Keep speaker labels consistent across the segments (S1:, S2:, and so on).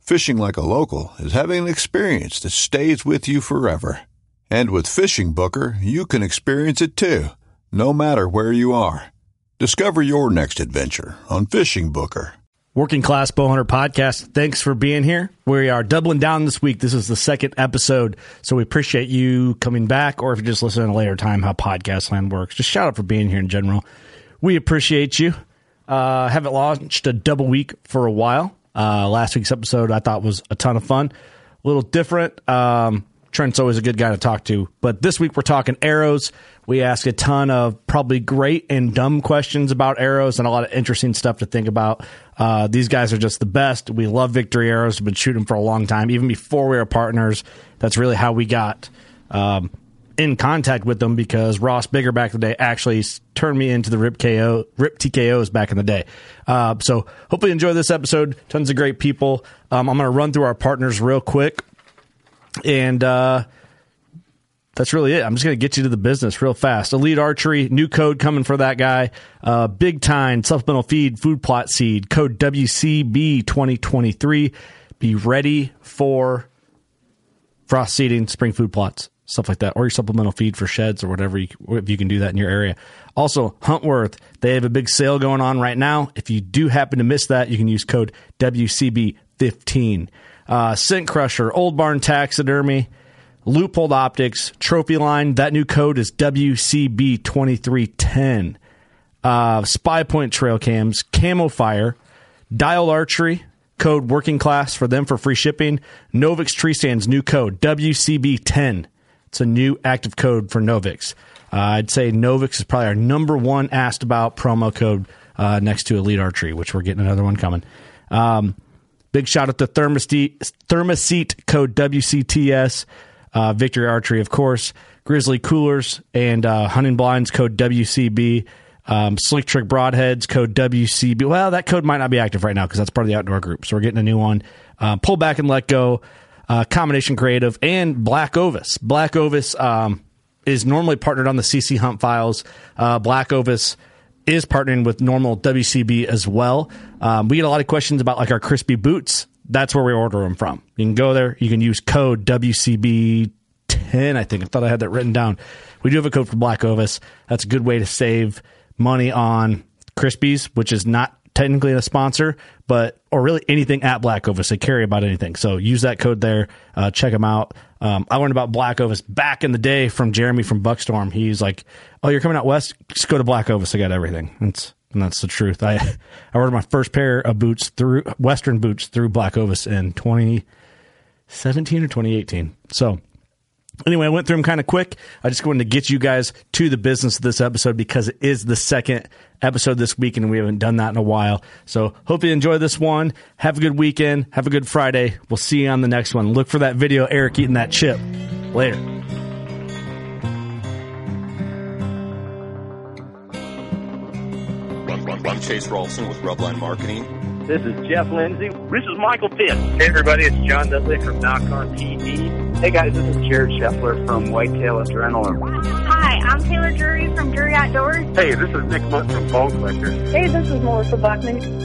S1: Fishing like a local is having an experience that stays with you forever. And with Fishing Booker, you can experience it too, no matter where you are. Discover your next adventure on Fishing Booker.
S2: Working Class Bowhunter Podcast, thanks for being here. We are doubling down this week. This is the second episode, so we appreciate you coming back, or if you're just listening at a later time, how podcast land works. Just shout out for being here in general. We appreciate you. Uh, haven't launched a double week for a while. Uh, last week's episode I thought was a ton of fun, a little different. Um, Trent's always a good guy to talk to, but this week we're talking arrows. We ask a ton of probably great and dumb questions about arrows and a lot of interesting stuff to think about. Uh, these guys are just the best. We love Victory Arrows. We've been shooting for a long time, even before we were partners. That's really how we got um, in contact with them because Ross Bigger back in the day actually s- turned me into the Rip KO, Rip TKOs back in the day. Uh, so hopefully you enjoy this episode. Tons of great people. Um, I'm going to run through our partners real quick, and uh, that's really it. I'm just going to get you to the business real fast. Elite Archery, new code coming for that guy. Uh, big time supplemental feed, food plot seed, code WCB2023. Be ready for frost seeding, spring food plots, stuff like that, or your supplemental feed for sheds or whatever you, if you can do that in your area. Also, Huntworth, they have a big sale going on right now. If you do happen to miss that, you can use code WCB15. Uh, Scent Crusher, Old Barn Taxidermy, Loophole Optics, Trophy Line. That new code is WCB2310. Uh, Spy Point Trail Cams, Camo Fire, Dial Archery, code working class for them for free shipping. Novix Tree Stands, new code WCB10. It's a new active code for Novix. Uh, I'd say Novix is probably our number one asked about promo code uh, next to Elite Archery, which we're getting another one coming. Um, Big shout out to Thermoseat, Thermoseat code WCTS, uh, Victory Archery, of course, Grizzly Coolers, and uh, Hunting Blinds code WCB, um, Slick Trick Broadheads code WCB. Well, that code might not be active right now because that's part of the outdoor group. So we're getting a new one. Uh, pull back and let go, uh, Combination Creative, and Black Ovis. Black Ovis um, is normally partnered on the CC Hunt files. Uh, Black Ovis is partnering with normal WCB as well. Um, we get a lot of questions about like our crispy boots. That's where we order them from. You can go there. You can use code WCB10. I think I thought I had that written down. We do have a code for Black Ovis. That's a good way to save money on Crispies, which is not technically a sponsor, but or really anything at Black Ovis. They carry about anything, so use that code there. Uh, check them out. Um, I learned about Black Ovis back in the day from Jeremy from Buckstorm. He's like, "Oh, you're coming out west? Just go to Black Ovis. I got everything." That's and that's the truth. I I ordered my first pair of boots through Western boots through Black Ovis in 2017 or 2018. So anyway, I went through them kind of quick. I just wanted to get you guys to the business of this episode because it is the second episode this week, and we haven't done that in a while. So hope you enjoy this one. Have a good weekend. Have a good Friday. We'll see you on the next one. Look for that video, Eric eating that chip. Later.
S3: I'm Chase Rolson with Rubline Marketing.
S4: This is Jeff Lindsay.
S3: This is Michael Pitt.
S4: Hey, everybody, it's John Dudley from Knock on TV. Hey, guys, this is Jared Scheffler from Whitetail Adrenaline.
S5: Hi, I'm Taylor Drury from Drury Outdoors.
S4: Hey, this is Nick Munt from Bone Collector.
S6: Hey, this is Melissa Buckman.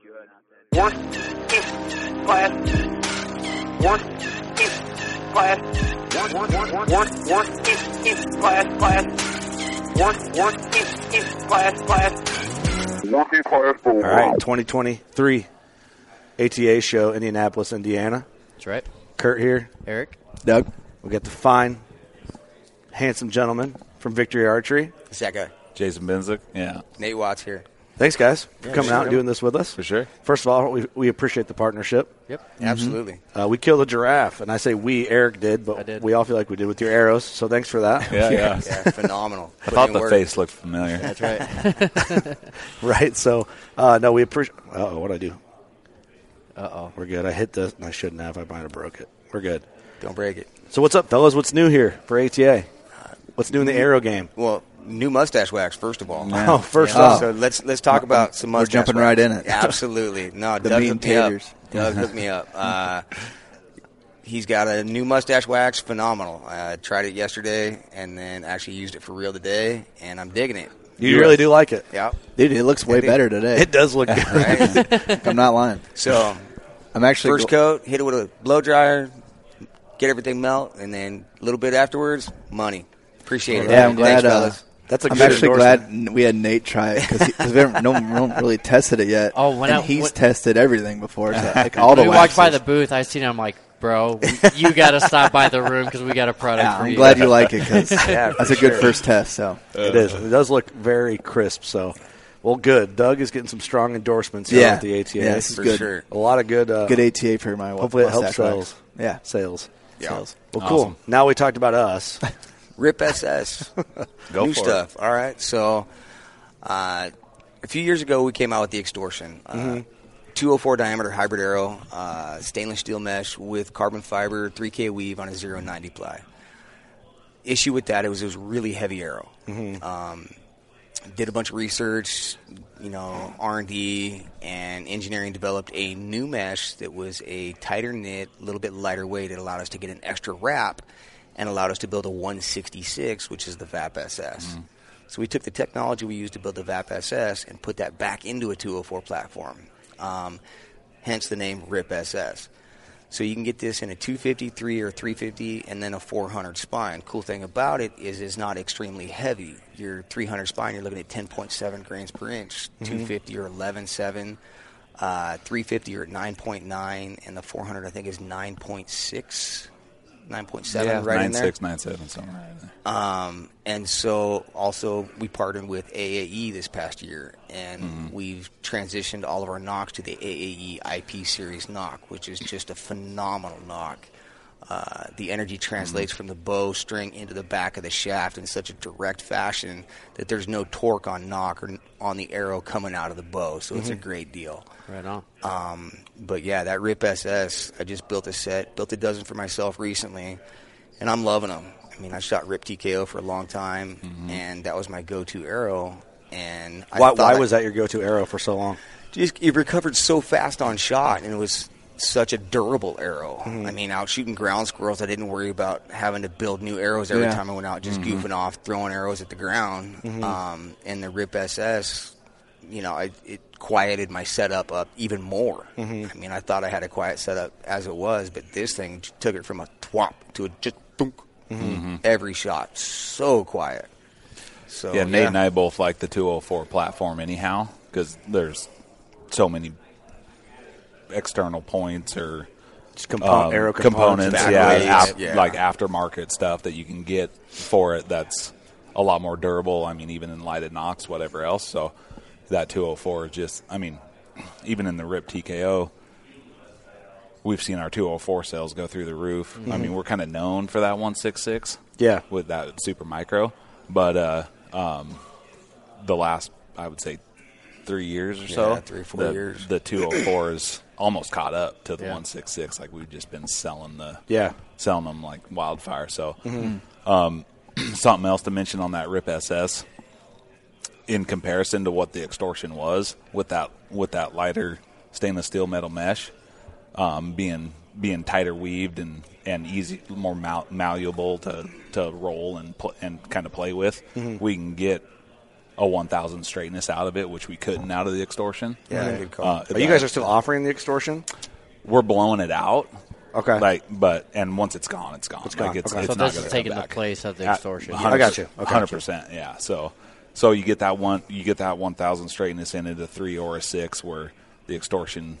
S7: Working class. Working class. Work, work, work, work, work, class, class. Work, work, class, class.
S2: All right, 2023 ATA show, Indianapolis, Indiana.
S8: That's right.
S2: Kurt here.
S8: Eric.
S9: Doug.
S2: We got the fine, handsome gentleman from Victory Archery.
S8: It's that guy.
S9: Jason Benzik. Yeah.
S8: Nate Watts here.
S2: Thanks, guys, for coming out and doing this with us.
S9: For sure. Mm-hmm.
S2: First of all, we, we appreciate the partnership.
S8: Yep. Absolutely.
S2: Uh, we killed a giraffe, and I say we, Eric did, but
S8: I did.
S2: we all feel like we did with your arrows, so thanks for that.
S9: Yeah, yeah.
S8: Yeah, phenomenal.
S9: I thought the face looked familiar.
S8: That's right.
S2: right? So, uh, no, we appreciate. Uh oh, what'd I do? Uh oh. We're good. I hit the. I shouldn't have. I might have broke it. We're good.
S8: Don't break it.
S2: So, what's up, fellas? What's new here for ATA? What's new in the arrow game?
S8: Well, new mustache wax first of all.
S2: Oh, first
S8: So-
S2: off,
S8: so let's let's talk about some mustache.
S9: jumping
S8: wax.
S9: right in it.
S8: Absolutely. No,
S9: The
S8: Doug
S9: meat
S8: hooked
S9: and
S8: me up.
S9: taters.
S8: Doug hooked me up. Uh, he's got a new mustache wax, phenomenal. I tried it yesterday, and then actually used it for real today, and I'm digging it.
S2: you really do like it.
S8: Yep.
S9: Dude, it looks way
S8: It- better
S9: today.
S2: It does look good.
S8: Right?
S9: I'm not lying.
S8: so
S9: I'm actually
S8: first coat, hit it with a blow dryer, get everything melt, and then a little bit afterwards, money. Appreciate it.
S9: Yeah, I'm glad, uh,
S8: Thanks, fellas.
S2: That's a
S9: I'm
S2: good
S9: actually
S2: endorsement.
S9: glad n- we had Nate try it because no, no one really tested it yet.
S10: Oh, when
S9: and
S10: I-
S9: he's
S10: what-
S9: tested everything before, so, like all the
S2: Oh,
S10: When we walked by the
S9: waxes.
S10: booth, I seen him like, bro, you got to stop by the room because we got a product
S9: Yeah,
S10: for
S9: I'm
S10: you.
S9: glad you like it because
S8: Yeah, for
S9: that's a good
S8: sure.
S9: first test. So
S2: It is. It does look very crisp. So, well, good. Doug is getting some strong endorsements here
S9: Yeah.
S2: at the ATA.
S9: Yeah, this is
S8: For
S9: good.
S8: sure.
S2: A lot of good. Uh,
S9: good ATA for my wa-
S2: hopefully, it helps
S9: mustache
S2: sales.
S9: wax. Yeah,
S2: sales.
S9: sales.
S2: Well, cool. Now we talked about us.
S8: Rip SS.
S9: Go
S8: New
S9: for it.
S8: stuff. All right. So, uh, a few years ago, we came out with the extortion. Uh,
S9: Mm-hmm.
S8: 204 diameter hybrid arrow, uh, stainless steel mesh with carbon fiber, 3K weave on a 090 ply. Issue with that, it was it was a really heavy arrow. Um, did a bunch of research, you know, R&D and engineering developed a new mesh that was a tighter knit, a little bit lighter weight. It allowed us to get an extra wrap and allowed us to build a 166, which is the VAP SS. So we took the technology we used to build the VAP SS and put that back into a 204 platform. Um, hence the name RIP SS. So you can get this in a 253 or 350 and then a 400 spine. Cool thing about it is it's not extremely heavy. Your 300 spine, you're looking at 10.7 grains per inch, 250 or 11.7, uh, 350 or 9.9, and the 400 I think is 9.6, 9.7 right in there.
S9: something. Right in there.
S8: Um, and so also we partnered with AAE this past year, and we've transitioned all of our knocks to the AAE IP series knock, which is just a phenomenal knock. Uh, the energy translates from the bow string into the back of the shaft in such a direct fashion that there's no torque on knock or on the arrow coming out of the bow, so it's a great deal.
S10: Right on.
S8: Um, but yeah, that Rip SS, I just built a set, built a dozen for myself recently, and I'm loving them. I mean, I shot Rip TKO for a long time, and that was my go-to arrow. And I
S2: Mm-hmm. Why,
S8: thought
S2: why
S8: I-
S2: was that your go-to arrow for so long?
S8: Just it recovered so fast on shot, and it was such a durable arrow.
S11: Mm-hmm.
S8: I mean, out shooting ground squirrels, I didn't worry about having to build new arrows every
S9: Yeah.
S8: time I went out, just
S11: Mm-hmm.
S8: goofing off, throwing arrows at the ground. Um, and the Rip SS, you know, I, it quieted my setup up even more.
S11: Mm-hmm.
S8: I mean, I thought I had a quiet setup as it was, but this thing j- took it from a twop to a just thunk
S11: Mm-hmm.
S8: Mm-hmm. every shot, so quiet. So
S11: yeah, Nate and I both like the 204 platform anyhow because there's so many external points or
S2: Just compo-
S11: um,
S2: arrow components.
S8: back
S11: yeah,
S8: blades,
S11: ap-
S8: yeah.
S11: like aftermarket stuff that you can get for it. That's a lot more durable. I mean, even in lighted knocks, whatever else. oh So that 204 is just, I mean, even in the RIP TKO, we've seen our 204 sales go through the roof. I
S12: Mhm.
S11: mean, we're kind of known for that 166.
S12: Yeah.
S11: With that super micro. But uh, um, the last, I would say, three years or so.
S8: Yeah, three or four
S11: the,
S8: years.
S11: The 204 is almost caught up to the
S8: Yeah.
S11: 166. Like, we've just been selling the.
S12: Yeah.
S11: Selling them like wildfire. So,
S12: Mhm.
S8: Mm-hmm.
S11: um, something else to mention on that RIP SS in comparison to what the extortion was with that with that lighter stainless steel metal mesh um, being being tighter weaved and and easy more mal- malleable to to roll and pl- and kind of play with
S12: Mhm.
S11: we can get a 1000 straightness out of it which we couldn't out of the extortion
S8: Yeah, good call.
S11: Uh,
S12: Are you guys
S11: that-
S12: are still offering the extortion?
S11: we're blowing it out
S12: Okay.
S11: like but and once it's gone it's gone
S12: It's gone.
S11: like it's,
S12: Okay.
S11: it's
S12: So
S11: not
S10: this
S11: gonna
S10: is
S11: come
S10: taking the
S11: back.
S10: place of the
S11: At-
S10: extortion.
S11: 100
S12: I got you. Okay.
S11: hundred percent. Yeah. So, so you get that one, you get that one thousand straightness into the three or a six, where the extortion,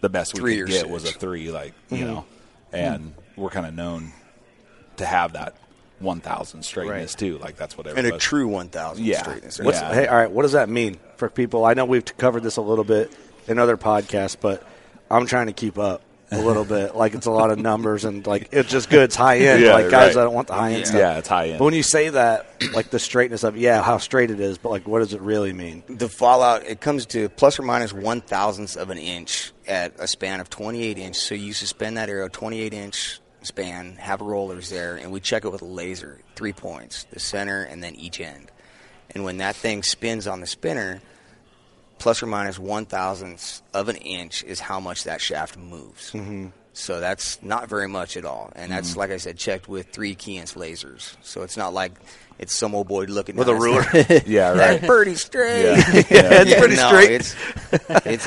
S11: the best we
S8: Three or
S11: could get
S8: six.
S11: was a three, like
S8: Mhm.
S11: you know, and we're kind of known to have that one thousand straightness
S8: Right.
S11: too. Like that's what
S8: And a
S11: everybody-
S8: true 1,000
S11: Yeah.
S8: straightness.
S11: Yeah.
S12: What's, Hey, all right. What does that mean for people? I know we've covered this a little bit in other podcasts, but I'm trying to keep up a little bit. Like it's a lot of numbers and like it's just good. It's high end.
S11: Yeah,
S12: like guys,
S11: right.
S12: I don't want the high end
S11: Yeah.
S12: stuff.
S11: Yeah, it's high end.
S12: But when you say that, like the straightness of yeah, how straight it is, but like what does it really mean?
S8: the fallout it comes to plus or minus one thousandth of an inch at a span of 28 inch so you suspend that arrow 28 inch span have rollers there and we check it with a laser three points the center and then each end and when that thing spins on the spinner plus or minus one thousandth of an inch is how much that shaft moves
S12: Mhm.
S8: so that's not very much at all and that's
S12: Mhm.
S8: like i said checked with three keyence lasers so it's not like it's some old boy looking
S12: With a
S8: down his-
S12: ruler?
S11: Yeah, right.
S8: That's pretty straight.
S11: Yeah. Yeah, it's pretty straight.
S8: It's, it's,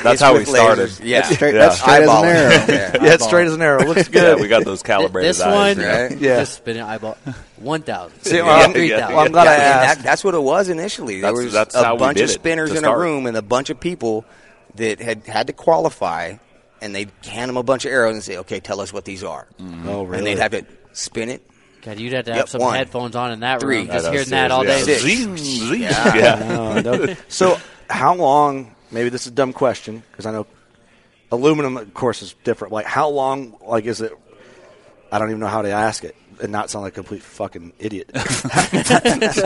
S11: That's
S8: it's
S11: how
S8: with
S11: we started.
S8: lasers. Yeah,
S11: That's straight- that's
S8: Yeah.
S11: straight as an
S8: Eyeball.
S11: arrow.
S8: Yeah.
S11: Yeah, it's straight as an arrow. Looks good. Yeah, we got those calibrated
S10: This
S11: eyes,
S10: one,
S11: yeah.
S10: right?
S11: Yeah.
S10: just spinning eyeball. One thousand.
S8: See, well, I'm- well, I'm glad I asked. that's what it was initially. There
S10: That's-
S8: was
S10: that's how
S8: a
S10: we
S8: bunch
S10: did
S8: of
S10: it
S8: spinners
S10: to
S8: in
S10: start.
S8: a room and a bunch of people that had had to qualify, and they'd hand them a bunch of arrows and say, "Okay, tell us what these are."
S11: Mm-hmm.
S10: Oh,
S8: And
S10: really?
S8: they'd have to spin it.
S10: God, you'd have to
S8: Yep,
S10: have some
S8: one.
S10: headphones on in that
S8: Three.
S10: room, just hearing that all day.
S8: Six. Yeah.
S12: No, Uh, no. so how long? Maybe this is a dumb question because I know aluminum, of course, is different. Like how long? Like is it? I don't even know how to ask it and not sound like a complete fucking idiot.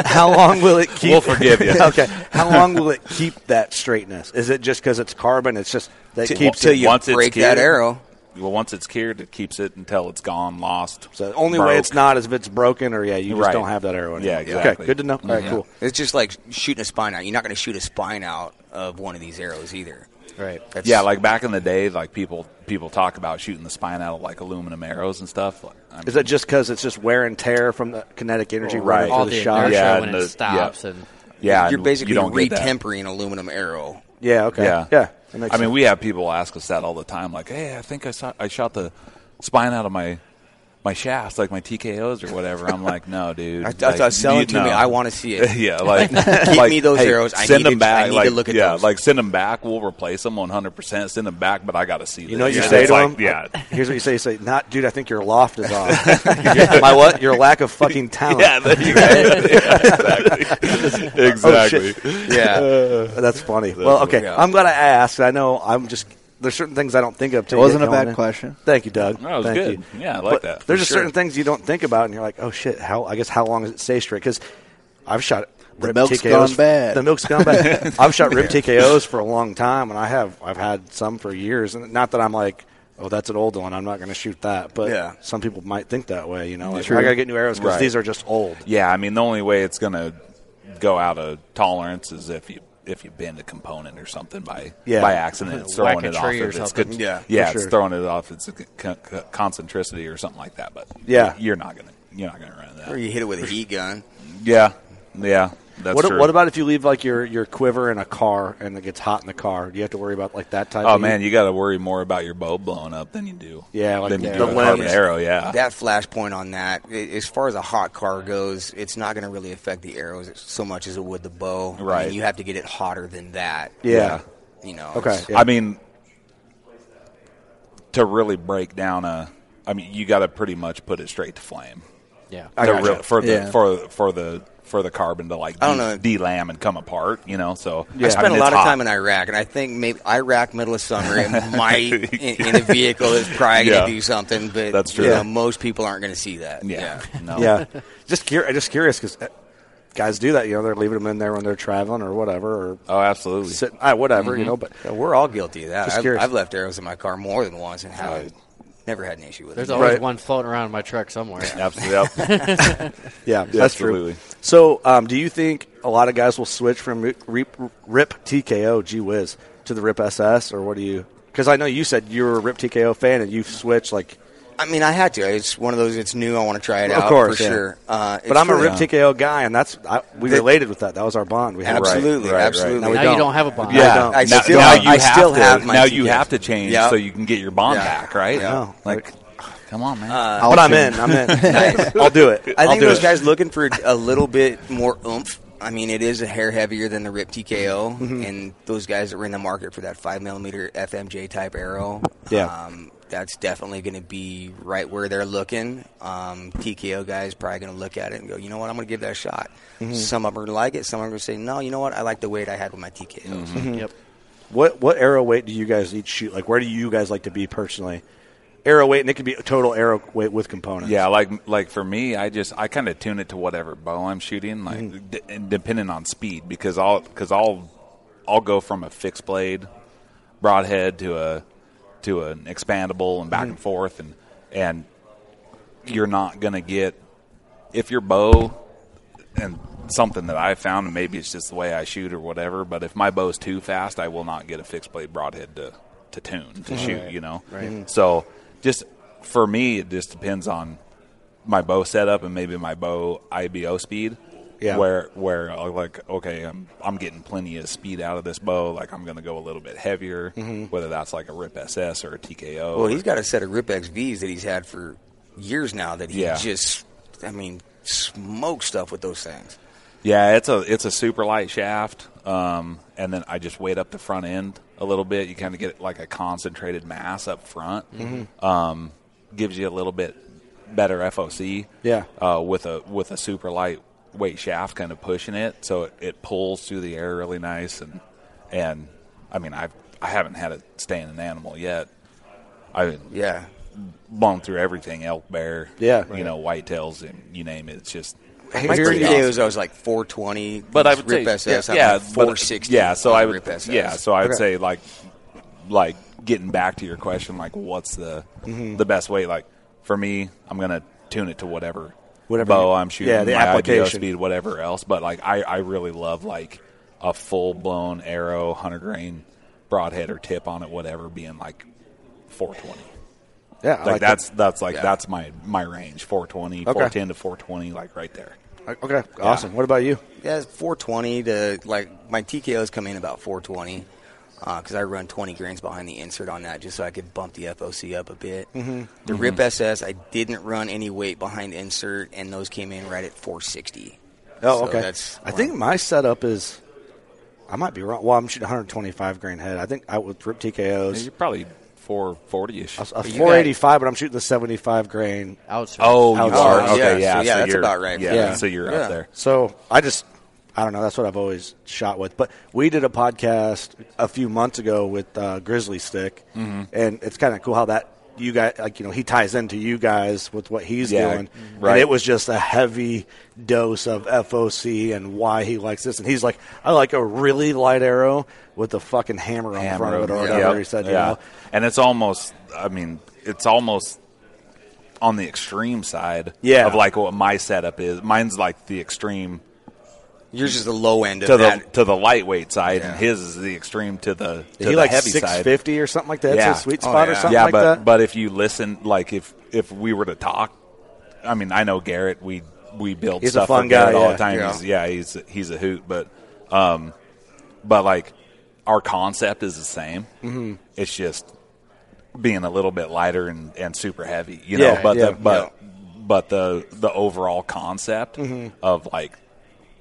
S12: how long will it keep?
S11: We'll forgive you.
S12: okay. How long will it keep that straightness? Is it just because it's carbon? It's just that
S11: Till-
S12: keeps
S11: till
S12: it.
S11: you break that arrow. Well, once it's cured, it keeps it until it's gone, lost.
S12: So the only way it's not is if it's broken or yeah, you just
S11: Right.
S12: don't have that arrow anymore.
S11: Yeah,
S12: Okay,
S11: exactly.
S12: good to know. All right,
S8: Yeah.
S12: cool.
S8: It's just like shooting a spine out. You're not going to shoot a spine out of one of these arrows either.
S10: Right.
S8: That's-
S11: yeah, like back in the day, like people people talk about shooting the spine out of like aluminum arrows and stuff. Like, I mean,
S12: Is that just because it's just wear and tear from the kinetic energy
S11: Well,
S12: running
S11: right. All
S12: through the,
S11: the
S12: shot?
S11: inertia Yeah, when and it the- stops yeah. and- Yeah,
S8: you're
S11: and you
S8: basically
S11: don't get that.
S8: retempering an aluminum arrow.
S12: Yeah, okay.
S11: Yeah.
S12: Yeah, that
S11: I
S12: makes
S11: mean,
S12: sense.
S11: we have people ask us that all the time. Like, hey, I think I saw I shot the spine out of my my shafts, like my TKOs or whatever. I'm like, no, dude.
S8: I- I
S11: like,
S8: thought sell
S11: you-
S8: it to me. I wanna see it.
S11: yeah, like
S8: Give
S11: like,
S8: me those
S11: hey,
S8: arrows. I
S11: send
S8: need
S11: them
S8: to-
S11: back.
S8: I need to
S11: like,
S8: look at
S11: yeah,
S8: those.
S11: like send them back. We'll replace them 100. percent Send them back, but I got to see.
S12: You know, what
S11: this.
S12: you
S11: And
S12: say
S11: it's
S12: to
S11: like,
S12: him,
S11: yeah.
S12: Here's what you say: you say, "Not, dude, I think your loft is off. Your- my what? Your lack of fucking talent.
S11: Yeah, there you go. Exactly.
S12: Oh,
S11: Exactly.
S12: shit.
S11: Yeah.
S12: Uh, that's funny.
S11: That's
S12: well, okay,
S11: funny. Yeah.
S12: I'm glad I asked. I know I'm just there's certain things I don't think of. till
S9: It
S12: you
S9: wasn't
S12: get
S9: a
S12: going
S9: bad
S12: in.
S9: question.
S12: Thank you, Doug.
S11: That was
S12: Thank
S11: good.
S12: you.
S11: Yeah, I like
S12: But
S11: that, for
S12: There's just
S11: sure.
S12: certain things you don't think about, and you're like, oh shit, how? I guess how long does it stay straight? Because I've shot
S9: The
S12: rib
S9: milk's
S12: TKOs
S9: gone bad.
S12: The milk's gone bad. I've shot rib TKOs for a long time, and I have I've had some for years, and not that I'm like. Oh, that's an old one. I'm not going to shoot that. But
S11: Yeah.
S12: some people might think that way. You know, like,
S11: True.
S12: I got to get new arrows because
S11: Right.
S12: these are just old.
S11: Yeah, I mean the only way it's gonna go out of tolerance is if you if you bend a component or something by
S12: Yeah.
S11: by accident, it's
S12: Whack
S11: throwing
S12: a
S11: it off
S12: tree
S11: of
S12: or
S11: its
S12: something.
S11: con-
S12: Yeah,
S11: yeah,
S12: for
S11: it's
S12: sure.
S11: throwing it off its con- con- concentricity or something like that. But
S12: Yeah.
S11: you're not gonna you're not gonna run that.
S8: Or you hit it with a heat gun.
S11: Yeah, yeah, that's
S12: what,
S11: true.
S12: what about if you leave like your, your quiver in a car and it gets hot in the car? Do you have to worry about like that type?
S11: Oh
S12: of
S11: man, you got to worry more about your bow blowing up than you do.
S12: Yeah, like
S11: than you
S12: the-
S11: do
S12: the
S11: a carbon
S12: lens.
S11: arrow. Yeah,
S8: That flashpoint on that, i- as far as a hot car goes, it's not going to really affect the arrows so much as it would the bow. I mean,
S11: Right.
S8: you have to get it hotter than that.
S11: Yeah.
S8: You know. it's-
S11: I mean, to really break down a, I mean, you got to pretty much put it straight to flame.
S10: Yeah.
S11: the
S10: I gotcha.
S11: real- for the
S8: Yeah.
S11: for for the for the carbon to like
S8: I don't
S11: de-
S8: know.
S11: delam and come apart. You know, so
S8: I spent
S11: mean,
S8: a
S11: it's
S8: lot of
S11: hot.
S8: time in Iraq, and I think maybe Iraq, middle of summer, it might in, in a vehicle is probably
S11: Yeah.
S8: going to do something, but
S11: That's true.
S8: you know,
S11: Yeah.
S8: most people aren't going to see that. Yeah,
S12: Yeah. just cur- just curious because guys do that. You know, they're leaving them in there when they're traveling or whatever. Or
S11: oh, absolutely. Mm-hmm.
S12: Sitting, ah, whatever you
S8: Mhm.
S12: know. But
S8: Yeah, we're all guilty of that.
S12: Just
S8: I've,
S12: curious.
S8: I've left arrows in my car more than once, and have never had an issue with
S10: There's
S8: it.
S10: always one floating around in my truck somewhere.
S12: yeah, that's true. So, um, do you think a lot of guys will switch from rip, rip, rip TKO, gee whiz, to the Rip SS, or what do you? Because I know you said you were a Rip TKO fan, and you've switched like.
S8: I mean, I had to. It's one of those. It's new. I want to try it out
S12: of course,
S8: for
S12: yeah.
S8: sure. Uh,
S12: but
S8: it's
S12: I'm a
S8: really-
S12: Rip TKO guy, and that's I, we
S8: That-
S12: related with that. That was our bond. We had
S8: Absolutely, absolutely.
S12: Now, we
S8: Now you
S12: don't.
S8: don't have a bond.
S12: Now we
S8: Yeah.
S12: don't.
S8: I
S11: now,
S8: still-
S11: now
S8: I-
S11: you
S8: I
S11: have
S8: still
S11: to,
S8: have my
S11: now you
S8: TKO.
S11: have to change
S8: Yep.
S11: so you can get your bond
S8: Yeah.
S11: back, right?
S8: Yeah.
S11: Like, come on, man.
S8: Uh,
S12: But I'm in. I'm in.
S8: Nice.
S12: I'll do it.
S8: I
S12: I'll
S8: think
S12: do
S8: those
S12: it.
S8: guys looking for a little bit more oomph. I mean, it is a hair heavier than the Rip TKO,
S12: Mm-hmm.
S8: and those guys that were in the market for that five millimeter FMJ type arrow.
S12: Yeah.
S8: Um, that's definitely going to be right where they're looking. Um, TKO guys probably going to look at it and go, you know what, I'm going to give that a shot.
S12: Mhm.
S8: Some of them are gonna like it. Some are going to say, no, you know what, I like the weight I had with my TKOs.
S12: Mhm. What what arrow weight do you guys each shoot? Like, where do you guys like to be personally? Arrow weight, and it could be total arrow weight with components.
S11: Yeah, like like for me, I just I kind of tune it to whatever bow I'm shooting, like
S12: Mhm.
S11: d- and depending on speed, because I'll because I'll I'll go from a fixed blade broadhead to a to an expandable and back
S12: Mhm.
S11: and forth, and and you're not gonna get if your bow and something that I found, and maybe it's just the way I shoot or whatever. But if my bow's too fast, I will not get a fixed blade broadhead to to tune to
S12: Mhm.
S11: shoot.
S12: Right.
S11: You know,
S12: Right.
S8: Mm-hmm.
S12: Mhm.
S11: so just for me, it just depends on my bow setup and maybe my bow IBO speed.
S12: Yeah.
S11: Where where uh, like okay, I'm I'm getting plenty of speed out of this bow. Like I'm going to go a little bit heavier,
S8: Mhm.
S11: whether that's like a Rip SS or a TKO.
S8: Well, he's got a set of Rip XVs that he's had for years now that he
S11: Yeah.
S8: just, I mean, smokes stuff with those things.
S11: Yeah, it's a it's a super light shaft, um, and then I just weight up the front end a little bit. You kind of get like a concentrated mass up front.
S12: Mhm.
S8: Mm-hmm.
S11: Um, gives you a little bit better FOC.
S12: Yeah.
S11: uh, with a with a super light weight shaft, kind of pushing it, so it, it pulls through the air really nice. And and I mean, I've I haven't had it staying an animal yet. I
S8: yeah,
S11: blown through everything elk, bear,
S8: Yeah.
S11: you know, whitetails, and you name it. It's just
S8: My
S11: it's pretty
S8: TKOs,
S11: awesome.
S8: I was like 420.
S11: But I would
S8: Rip
S11: say,
S8: SS,
S11: yeah,
S8: I'm
S11: yeah,
S8: like 460.
S11: But, yeah, so
S8: on
S11: I
S8: the
S11: would,
S8: Rip SS.
S11: yeah, so I would
S8: Okay.
S11: say like, like getting back to your question, like what's the
S12: Mhm.
S11: the best way? Like for me, I'm gonna tune it to whatever
S12: Whatever
S11: bow
S12: you-
S11: I'm shooting,
S12: yeah, the
S11: my
S12: application.
S11: IBO speed, whatever else. But like I, I really love like a full blown arrow, hunter grain, broadhead or tip on it, whatever, being like 420.
S12: Yeah, I
S11: like,
S12: like that.
S11: that's that's like
S12: Yeah.
S11: that's my my range 420,
S12: Okay.
S11: 410 to 420, like right there.
S12: Okay, awesome. What about you?
S8: Yeah, it's 420 to like my TKOs come in about 420 because I run 20 grains behind the insert on that just so I could bump the FOC up a bit.
S11: Mm-hmm.
S12: Mhm.
S8: The
S12: Mhm.
S8: Rip SS, I didn't run any weight behind insert, and those came in right at 460.
S12: Oh,
S8: So
S12: okay.
S8: That's
S12: I think my setup is. I might be wrong. Well, I'm shooting 125 grain head. I think I would rip TKOs.
S11: You're probably 440 ish.
S12: I was, I was 485, but I'm shooting the 75 grain
S10: outsourced.
S11: Oh, you
S12: Outsourced.
S11: are. Okay, yeah. So you're- Yeah,
S12: Yeah.
S11: so you're up there.
S12: So I just, I don't know. That's what I've always shot with. But we did a podcast a few months ago with uh, Grizzly Stick,
S11: Mhm.
S12: and it's kind of cool how that you guys like you know he ties into you guys with what he's
S11: Yeah,
S12: doing.
S11: right.
S12: And it was just a heavy dose of FOC and why he likes this. And he's like, I like a really light arrow with a fucking hammer on the front of it or
S11: Hammer,
S12: whatever
S11: yeah.
S12: he said. You
S11: Yeah.
S12: know?
S11: And it's almost, I mean, it's almost on the extreme side
S12: Yeah.
S11: of like what my setup is. Mine's like the extreme.
S8: Yours is the low end of
S11: to the
S8: that.
S11: to the lightweight side, and
S8: Yeah.
S11: his is the extreme to the to
S12: He
S11: the
S12: likes
S11: heavy side.
S12: 650 or something like that. That's his sweet spot or something
S11: yeah,
S12: like
S11: but,
S12: that.
S11: But if you listen, like if if we were to talk, I mean, I know Garrett. We we build
S12: He's a
S11: stuff
S12: fun
S11: for Garrett
S12: guy,
S11: all
S12: yeah.
S11: the time.
S12: Yeah.
S11: He's, yeah, he's he's a hoot. But um, but like our concept is the same.
S12: Mhm.
S11: It's just being a little bit lighter and, and super heavy, you
S12: Yeah,
S11: know. But
S12: yeah.
S11: the, but but the the overall concept
S12: Mhm.
S11: of like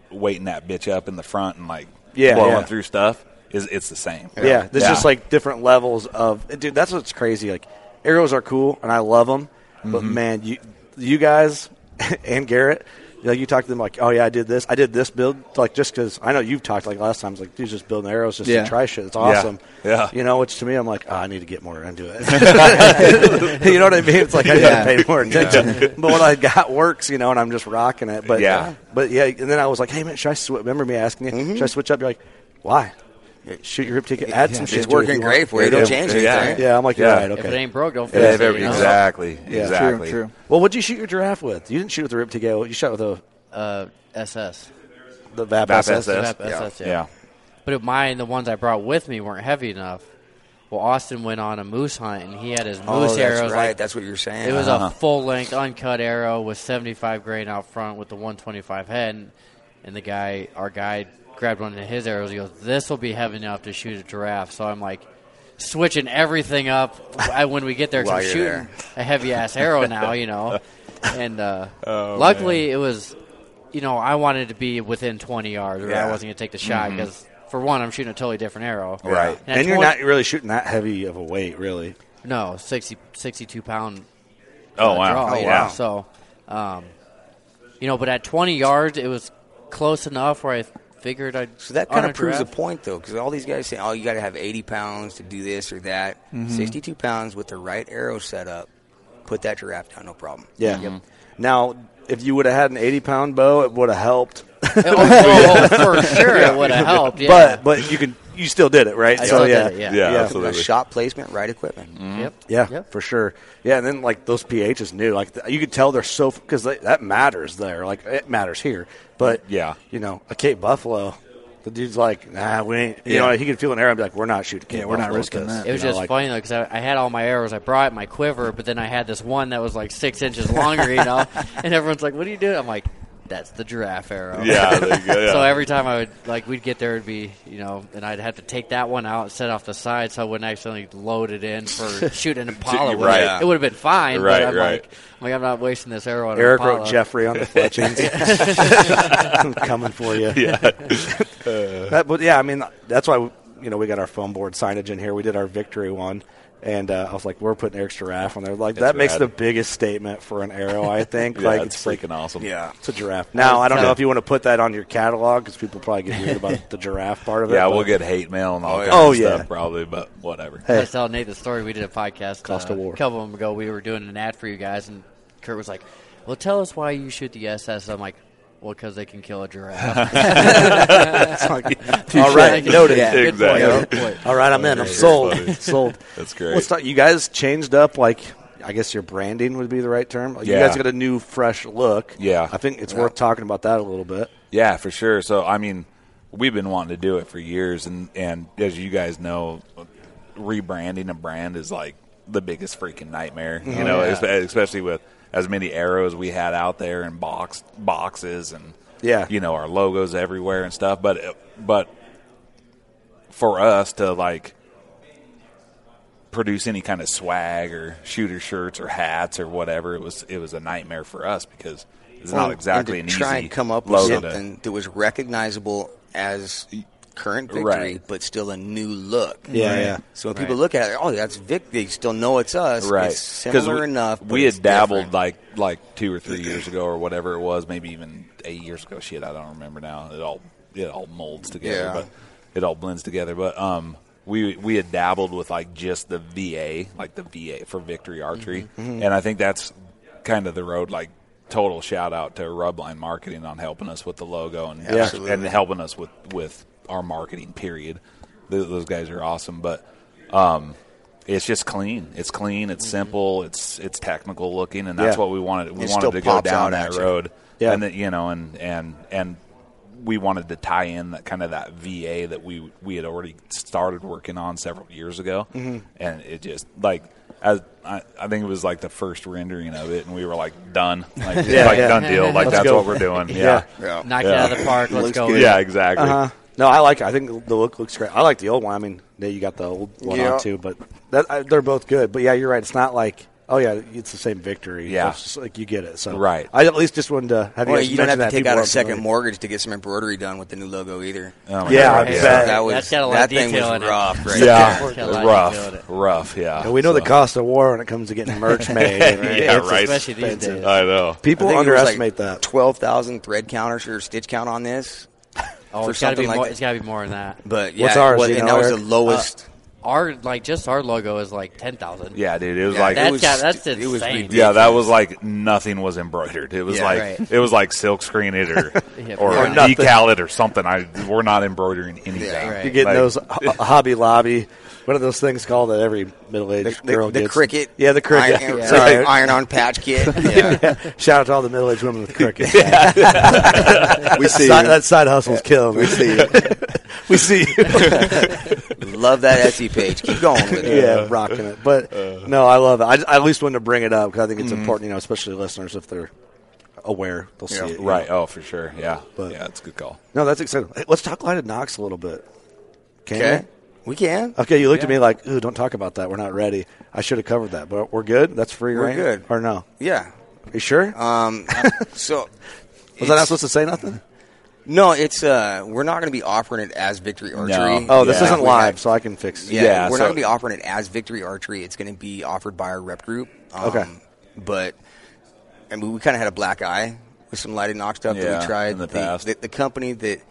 S11: weighting that bitch up in the front and like
S12: Yeah,
S11: blowing
S12: yeah.
S11: through stuff is it's the same.
S12: Yeah, there's just like different levels of dude. That's what's crazy. Like arrows are cool and I love them, but
S11: Mhm.
S12: man, you you guys and Garrett, like you talk to them like, oh yeah, I did this, I did this build, like just because I know you've talked like last time, it's like dude, just building arrows just
S11: Yeah.
S12: to try shit. It's
S11: Yeah.
S12: awesome.
S11: Yeah.
S12: You know, which to me, I'm like, oh, I need to get more into it. you know what I mean? It's like I
S11: Yeah.
S12: gotta pay more attention.
S11: Yeah.
S12: But what I got works, you know, and I'm just rocking it. But
S11: Yeah.
S12: but yeah, and then I was like, hey man, should I switch? Remember me asking you,
S8: Mm-hmm.
S12: should I switch up? You're like, why? Shoot your hip ticket, add some
S8: It's
S12: shit. to it if
S8: working
S12: want.
S8: great for you. Don't change it,
S12: Yeah,
S8: right?
S12: yeah. I'm like, you're
S8: Yeah.
S12: right.
S8: If
S12: Okay.
S10: it ain't broke, don't fix it, Uh-huh. you know?
S11: Exactly,
S12: Yeah.
S11: exactly. True, true.
S12: Well, what'd you shoot your giraffe with? You didn't shoot with the rib to go. You shot with a
S10: uh, SS.
S12: the VAP,
S11: VAP
S12: SS.
S11: SS.
S10: Vap SS, yeah.
S11: Yeah.
S10: But if mine, the ones I brought with me weren't heavy enough. Well, Austin went on a moose hunt and he had his moose
S8: Oh, that's
S10: arrows.
S8: right.
S10: like-
S8: That's what you're saying.
S10: It was
S8: Uh-huh.
S10: a full length uncut arrow with 75 grain out front with the 125 head. And, and the guy, our guy, grabbed one of his arrows. He goes, "This will be heavy enough to shoot a giraffe." So I'm like. Switching everything up I- when we get there, 'cause
S8: While
S10: I'm
S8: you're
S10: shooting
S8: there.
S10: a heavy ass arrow now, you know. And uh,
S8: Oh,
S10: luckily, it was, you know, I wanted to be within 20 yards, or
S12: Yeah.
S10: I wasn't going to take the shot
S8: Mm-hmm.
S12: Mhm.
S10: because for one, I'm shooting a totally different arrow.
S12: Right.
S10: at
S12: And, you're
S10: 20
S12: not really shooting that heavy of a weight, really.
S10: no 60, 62 pound.
S12: Oh, wow.
S10: Draw,
S12: Oh,
S10: you know,
S12: wow.
S10: So, um, you know, but at twenty yards, it was close enough where I figured I'd.
S8: So that kind
S10: on a
S8: of proves
S10: giraffe.
S8: the point, though, because all these guys say, "Oh, you got to have 80 pounds to do this or that."
S10: Mhm.
S8: 62 pounds with the right arrow set up, put that giraffe down, no problem.
S12: Yeah. Now, if you would have had an 80 pound bow, it would have helped.
S10: oh, for sure it would have helped, yeah.
S12: But but you can you still did it, right?
S8: I
S12: so
S8: still
S12: yeah.
S8: did it, yeah. Yeah, absolutely. Shot placement, right equipment. Mhm. Yep.
S12: Yeah,
S8: Yep.
S12: for sure. Yeah, and then like those pH is new. Like th- you could tell they're so because they, that matters there. Like it matters here. But yeah, you know, a Cape Buffalo. The dude's like, nah, we ain't. You
S10: Yeah.
S12: know, he could feel an arrow and be like, we're not shooting. Cape Buffalo with this,
S10: It
S12: you
S10: was
S12: know,
S10: just
S12: like-
S10: funny though, because I, I had all my arrows. I brought in my quiver, but then I had this one that was like six inches longer, you know. And everyone's like, "What are you doing?" I'm like, "That's the giraffe arrow."
S11: Yeah, there you go, yeah.
S10: so every time I would like, we'd get there, it'd be you know, and I'd have to take that one out and set off the side so I wouldn't accidentally load it in for shooting an Impala. with
S11: Right.
S10: It, it would have been fine.
S11: Right,
S10: But I'm
S11: right.
S10: Like, I'm like, I'm not wasting this arrow. On an
S12: Eric wrote
S10: Impala."
S12: Jeffrey on the fletchings. I'm coming for you.
S11: Yeah. Uh.
S12: That- but yeah, I mean, that's why we, you know we got our foam board signage in here. We did our victory one, and uh, I was like, we're putting Eric's giraffe on there. Like
S11: That's
S12: that makes
S11: rad.
S12: the biggest statement for an arrow, I think.
S11: Yeah,
S12: like
S11: it's
S12: like-
S11: freaking awesome.
S12: Yeah, it's a giraffe. Now I don't
S11: Yeah.
S12: know if you want to put that on your catalog because people probably get weird about the giraffe part of it.
S11: Yeah,
S12: but-
S11: we'll get hate mail and all kinds
S12: Oh
S11: of
S12: yeah.
S11: stuff probably, but whatever.
S10: I was telling Nate the story. We did a podcast
S12: Cost
S10: uh,
S12: of war.
S10: a couple of them ago. We were doing an ad for you guys, and Kurt was like, "Well, tell us why you shoot the SS." I'm like, "Well, because they can kill a giraffe."
S12: It's like, all right,
S10: Good
S12: noted.
S10: point. Good point. Good point.
S12: All right, I'm in. I'm
S10: That's
S12: sold.
S10: funny.
S12: sold.
S11: That's great.
S12: Let's talk- you guys changed up, like I guess your branding would be the right term. You
S11: Yeah.
S12: guys got a new, fresh look.
S11: Yeah.
S12: I think it's worth talking about that a little bit.
S11: Yeah, for sure. So I mean, we've been wanting to do it for years, and and as you guys know, rebranding a brand is like the biggest freaking nightmare.
S12: Mhm.
S11: You know,
S12: Yeah.
S11: es- especially with as many arrows we had out there and box boxes and
S12: Yeah.
S11: you know our logos everywhere and stuff. But it- but for us to like produce any kind of swag or shooter shirts or hats or whatever, it was it was a nightmare for us because it's
S8: Well,
S11: not exactly
S8: and
S11: an
S8: to try
S11: easy
S8: and come up with
S11: logo to-
S8: something that was recognizable as current victory,
S11: Right.
S8: but still a new look.
S11: Yeah, Right. yeah.
S8: So when people
S11: Right.
S8: look at it, oh, that's Vic. They still know it's us.
S11: right?
S8: It's similar
S11: we,
S8: enough. but
S11: We
S8: it's
S11: had dabbled
S8: different.
S11: like like two or three years ago or whatever it was, maybe even eight years ago. Shit, I don't remember now. It all it all molds together,
S8: Yeah.
S11: but it all blends together. But um, we we had dabbled with like just the VA, like the VA for Victory Archery,
S8: Mm-hmm.
S13: Mhm. Mhm.
S11: and I think that's kind of the road. Like total shout out to Rubline Marketing on helping us with the logo and
S13: Yeah.
S11: and
S13: Absolutely.
S11: helping us with with our marketing. Period. Th- Those guys are awesome, but um, it's just clean. It's clean. It's simple. It's it's technical looking, and that's
S12: Mm-hmm. Yeah.
S11: what we wanted. We
S12: It
S11: wanted
S12: still
S11: to go
S12: pops
S11: down
S12: out
S11: that
S12: at you.
S11: road,
S12: Yeah.
S11: and that you know, and and and we wanted to tie in that kind of that VA that we we had already started working on several years ago,
S12: Mm-hmm.
S13: Mhm.
S11: and it just like. As, I, I think it was like the first rendering of it, and we were like done, like,
S12: Yeah,
S11: like
S12: yeah.
S11: done deal, like
S12: Let's
S11: that's
S12: go.
S11: what we're doing. Yeah,
S12: Yeah.
S10: Oh. Knock it out of the park. Let's
S11: Looks
S10: go.
S11: good. Yeah, exactly.
S12: Uh-huh. No, I like. It. I think the look looks great. I like the old one. I mean, yeah, you got the old one
S11: Yeah.
S12: on too, but that, I, they're both good. But yeah, you're right. It's not like Oh yeah, it's the same victory.
S8: Yeah.
S12: It's just like you get it. So
S8: Right.
S12: I at least just wanted to have
S8: Or
S12: you guys
S8: you don't have
S12: mention
S8: to
S12: that.
S8: take
S12: People
S8: out a
S12: aren't
S8: second
S12: familiar.
S8: mortgage to get some embroidery done with the new logo either.
S12: Oh, my Yeah, God. I bet.
S8: that was
S12: That's got a lot
S8: that
S12: of
S8: thing was
S12: detail in it.
S8: rough, right?
S12: Yeah.
S8: there.
S12: Got a lot of Rough. detail in it.
S11: Rough, yeah.
S12: And we know the cost of war when it comes to getting merch made.
S8: Yeah,
S12: It's
S8: right.
S12: expensive.
S11: I know.
S12: People
S8: I think it was
S12: underestimate
S8: like
S12: that.
S8: Twelve thousand thread counters or stitch count on this.
S10: Oh,
S8: for
S10: it's gotta
S8: something
S10: be
S8: like
S10: more,
S8: that.
S10: it's got to be more than that.
S8: But yeah, what- and that was the lowest.
S10: Uh, our like just our logo is like ten thousand.
S11: Yeah, dude, it was
S10: Yeah,
S11: like
S10: that's got- that's insane.
S11: yeah, that was like nothing was embroidered. It was
S10: Yeah.
S11: like
S10: Right.
S11: it was like silk screen it or
S12: Yeah,
S11: or
S12: Or nothing.
S11: decal it or something. I we're not embroidering anything.
S12: You're getting
S11: Like-
S12: those ho- Hobby Lobby. What are those things called that every middle-aged
S8: The-
S12: girl
S8: the
S12: gets?
S8: cricket.
S12: Yeah, the cricket.
S8: Iron-
S12: Yeah.
S8: sorry, iron-on patch kit. Yeah.
S12: Shout out to all the middle-aged women with crickets.
S8: Yeah. We see
S12: Side-
S8: you.
S12: that side hustle's killing.
S8: We see you.
S12: we see. you.
S8: Love that Etsy page. Keep going with it.
S12: Yeah, rocking it. But
S8: Uh.
S12: no, I love it. I, I at least wanted to bring it up because I think it's
S8: Mm-hmm.
S11: Mhm.
S12: important. You know, especially listeners if they're aware, they'll
S11: Yeah.
S12: see it. you
S11: Right.
S12: know.
S11: Oh, for sure. Yeah. yeah, it's a good call.
S12: No, that's exciting. Hey, let's talk light at Knox a little bit. Can
S8: Okay.
S12: we?
S8: We can.
S12: Okay, you looked at
S8: Yeah.
S12: me like, "Ooh, don't talk about that. We're not ready." I should have covered that, but we're good. That's free,
S8: We're
S12: right?
S8: good.
S12: Or no?
S8: Yeah.
S12: You sure?
S11: Uh,
S8: Um, so
S12: Was I
S8: it's-
S12: not supposed to say nothing?
S8: No, it's uh, we're not going to be offering it as Victory Archery.
S12: Oh, this
S8: Yeah.
S12: isn't
S8: We
S12: live,
S8: have-
S12: so I can fix it.
S8: Yeah, we're not going to be offering it as Victory Archery. It's going to be offered by our rep group. Um,
S12: Okay.
S8: but I mean, we kind of had a black eye with some lighted knock stuff that
S11: Yeah,
S8: we tried
S11: in the past.
S8: The, the company that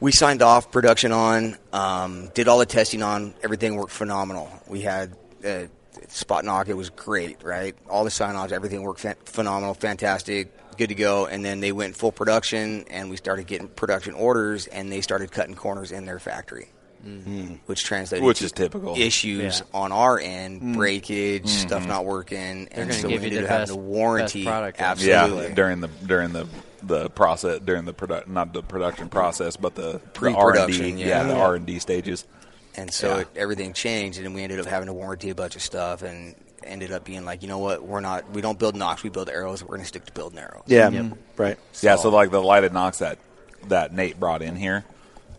S8: we signed off production on, um, did all the testing on. Everything worked phenomenal. We had uh, spot knock; it was great, right? All the sign offs, everything worked ph- phenomenal, fantastic, good to go. And then they went full production, and we started getting production orders, and they started cutting corners in their factory,
S11: Mhm.
S8: which translated
S11: Which
S8: to
S11: is typical.
S8: issues
S11: Yeah.
S8: on our end,
S11: Mm.
S8: breakage, stuff
S11: Mhm.
S8: not working,
S10: Mm-hmm. They're
S8: and
S10: gonna
S8: so
S10: give
S8: we
S10: you
S8: ended
S10: the
S8: up having
S10: best-
S8: to warranty
S10: best product.
S8: absolutely.
S11: Yeah, during the during the the process during the product not the production process but the the R and D
S8: Pre-production,
S11: yeah.
S8: yeah.
S11: the
S8: Yeah.
S11: R and D stages.
S8: And so
S11: Yeah.
S8: it, everything changed, and we ended up having to warranty a bunch of stuff, and ended up being like, you know what, we're not, we don't build knocks, we build arrows. We're going to stick to building arrows.
S12: Yeah, right.
S11: Yeah, so like the lighted knocks that that Nate brought in here,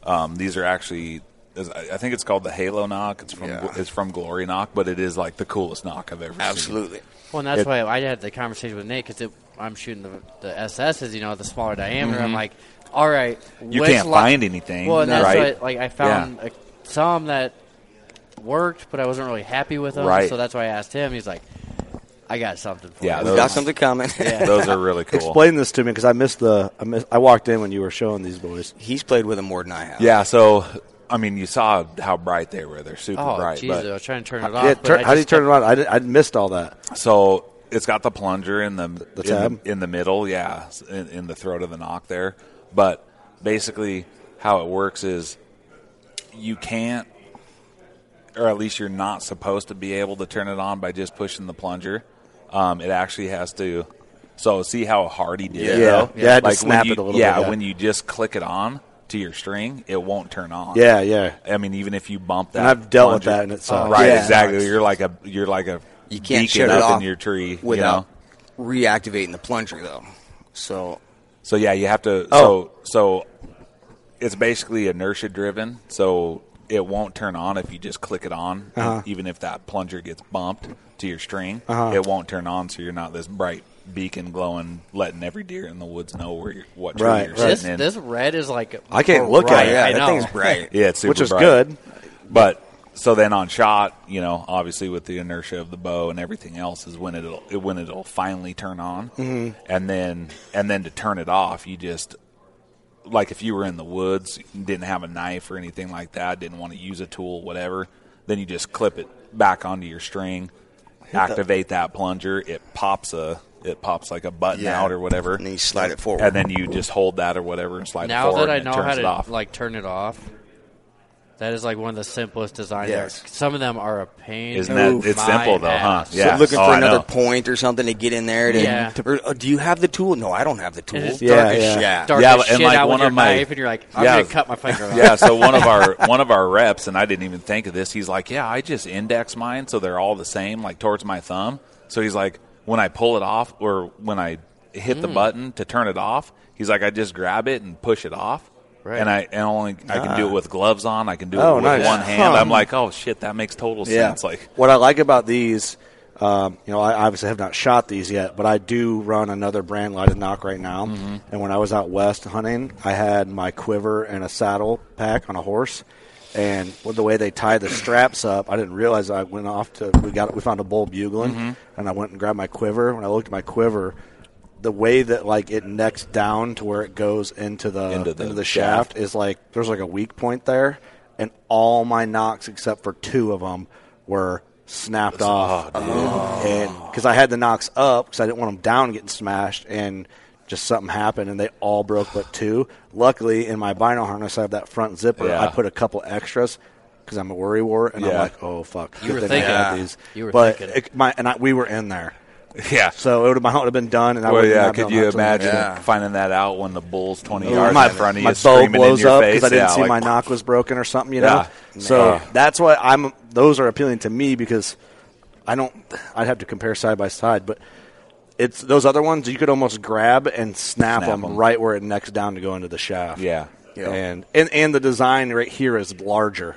S11: um, these are actually is- I I think it's called the Halo knock. It's from
S10: Yeah.
S11: it's from Glory knock, but it is like the coolest knock I've ever seen.
S10: Well, and that's
S11: It-
S10: why I had the conversation with Nate because I'm shooting the, the SSs, you know, the smaller diameter. I'm
S11: Mhm.
S10: like, all right,
S11: You
S10: which
S11: can't
S10: li-
S11: find anything,
S10: Well, and that's
S11: right?
S10: what, like I
S11: Yeah.
S10: found uh, some that worked, but I wasn't really happy with them.
S11: Right.
S10: So that's why I asked him. He's like, I got something for
S11: Yeah,
S10: you.
S11: We those- got something coming. those are really cool.
S12: Explain this to me because I missed the. I, missed, I walked in when you were showing these boys.
S8: He's played with them more than I have.
S11: Yeah, so I mean, you saw how bright they were. They're super
S10: Oh,
S11: bright.
S10: jeez,
S11: but-
S10: I was trying to turn it
S12: yeah,
S10: off. but
S12: turn,
S10: I
S12: how do you
S10: just
S12: turn it on? I, did, I missed all that.
S11: So it's got the plunger in the, in the
S12: tab?
S11: in the middle, yeah, s- in, in the throat of the knock there. But basically, how it works is you can't, or at least you're not supposed to be able to turn it on by just pushing the plunger. Um, it actually has to. So see how hard he did. it,
S12: Yeah.
S11: though?
S12: Yeah, I
S11: Like,
S12: had to
S11: when
S12: snap
S11: you-
S12: it a little
S11: Yeah,
S12: bit, yeah.
S11: when you just click it on to your string, it won't turn on.
S12: Yeah, yeah.
S11: I mean, even if you bump that,
S12: And I've dealt with
S11: plunger-
S12: that, and it sucks.
S11: Right,
S12: Yeah.
S11: exactly. You're like a you're like a
S8: you can't
S11: beacon
S8: shut it
S11: up
S8: off
S11: in your tree
S8: without
S11: You know?
S8: reactivating the plunger though. So
S11: So yeah, you have to. So
S8: Oh.
S11: so it's basically inertia driven. So it won't turn on if you just click it on,
S12: Uh-huh.
S11: even if that plunger gets bumped to your string.
S12: Uh-huh.
S11: It won't turn on, so you're not this bright beacon glowing, letting every deer in the woods know where you're, what tree
S12: Right,
S11: you're
S10: This,
S11: sitting in.
S10: this red is like
S11: I
S8: oh,
S11: can't look
S10: bright.
S11: at it. Yeah,
S10: I
S11: that
S10: know.
S11: thing's
S8: bright.
S11: Yeah, it's super
S12: Which is
S11: bright.
S12: good.
S11: But so then on shot, you know, obviously with the inertia of the bow and everything else is when it'll it- when it'll finally turn on,
S8: Mm-hmm.
S12: Mhm.
S11: and then and then to turn it off, you just like if you were in the woods, didn't have a knife or anything like that, didn't want to use a tool, whatever, then you just clip it back onto your string,
S8: the-
S11: activate that plunger, it pops a it pops like a button
S8: Yeah.
S11: out or whatever, and
S8: then you slide it forward,
S11: and then you just hold that or whatever and slide it
S10: now
S11: forward
S10: that I
S11: and
S10: know
S11: it turns
S10: how
S11: it
S10: to
S11: off.
S10: like turn it off, that is like one of the simplest designs.
S8: Yes.
S10: ever. Some of them are a pain.
S11: Isn't that-
S10: in
S11: it's
S10: my
S11: simple, though, huh?
S10: ass.
S8: So looking for
S11: Oh,
S8: another point or something to get in there. To,
S10: Yeah.
S8: or, oh, do you have the tool? No, I don't have the tool.
S10: It's dark Yeah, as- yeah. dark as shit out with your knife, and you're like, I'm gonna cut my finger off.
S11: Yeah, so one of our one of our reps, and I didn't even think of this. He's like, yeah, I just index mine, so they're all the same, like towards my thumb. So he's like, when I pull it off, or when I hit the
S10: Mm.
S11: button to turn it off, he's like, I just grab it and push it off.
S10: Right.
S11: And I and only I can do
S12: Ah.
S11: it with gloves on. I can do
S12: Oh,
S11: it with
S12: nice.
S11: one hand.
S12: Huh.
S11: I'm like, oh shit, that makes total sense. Like,
S12: what I like about these Um, you know, I obviously have not shot these yet, but I do run another brand lighted knock right now.
S13: Mhm.
S12: And when I was out west hunting, I had my quiver and a saddle pack on a horse. And with the way they tied the straps up, I didn't realize I went off to we got we found a bull bugling,
S13: Mhm.
S12: and I went and grabbed my quiver. When I looked at my quiver, the way that like it necks down to where it goes into the into the, shaft, is like there's like a weak point there, and all my knocks except for two of them were snapped off, and because I had the knocks up because I didn't want them down getting smashed, and just something happened and they all broke but two. Luckily, in my vinyl harness, I have that front zipper.
S11: Yeah.
S12: I put a couple extras. Because I'm a worry war, and I'm
S11: Yeah.
S12: like, oh fuck,
S11: You were
S12: thing I had
S11: thinking.
S12: these.
S11: You were
S12: but
S11: thinking.
S12: It, my and I, we were in there,
S11: Yeah.
S12: So it would have, my hunt would have been done, and I
S11: well,
S12: would
S11: yeah.
S12: have
S11: Could you imagine finding that out when the bull's twenty
S12: Yeah.
S11: yards
S12: my,
S11: in front of
S12: my
S11: you,
S12: bow
S11: screaming in
S12: blows
S11: your
S12: up
S11: face?
S12: because I didn't
S11: yeah,
S12: see
S11: like,
S12: my knock was broken or something, you know.
S11: Yeah.
S12: So
S11: Yeah.
S12: that's why I'm. Those are appealing to me because I don't. I'd have to compare side by side, but it's those other ones you could almost grab and snap,
S11: Snap
S12: them,
S11: 'em.
S12: right where it necks down to go into the shaft.
S11: Yeah. Yeah.
S12: and and and the design right here is larger,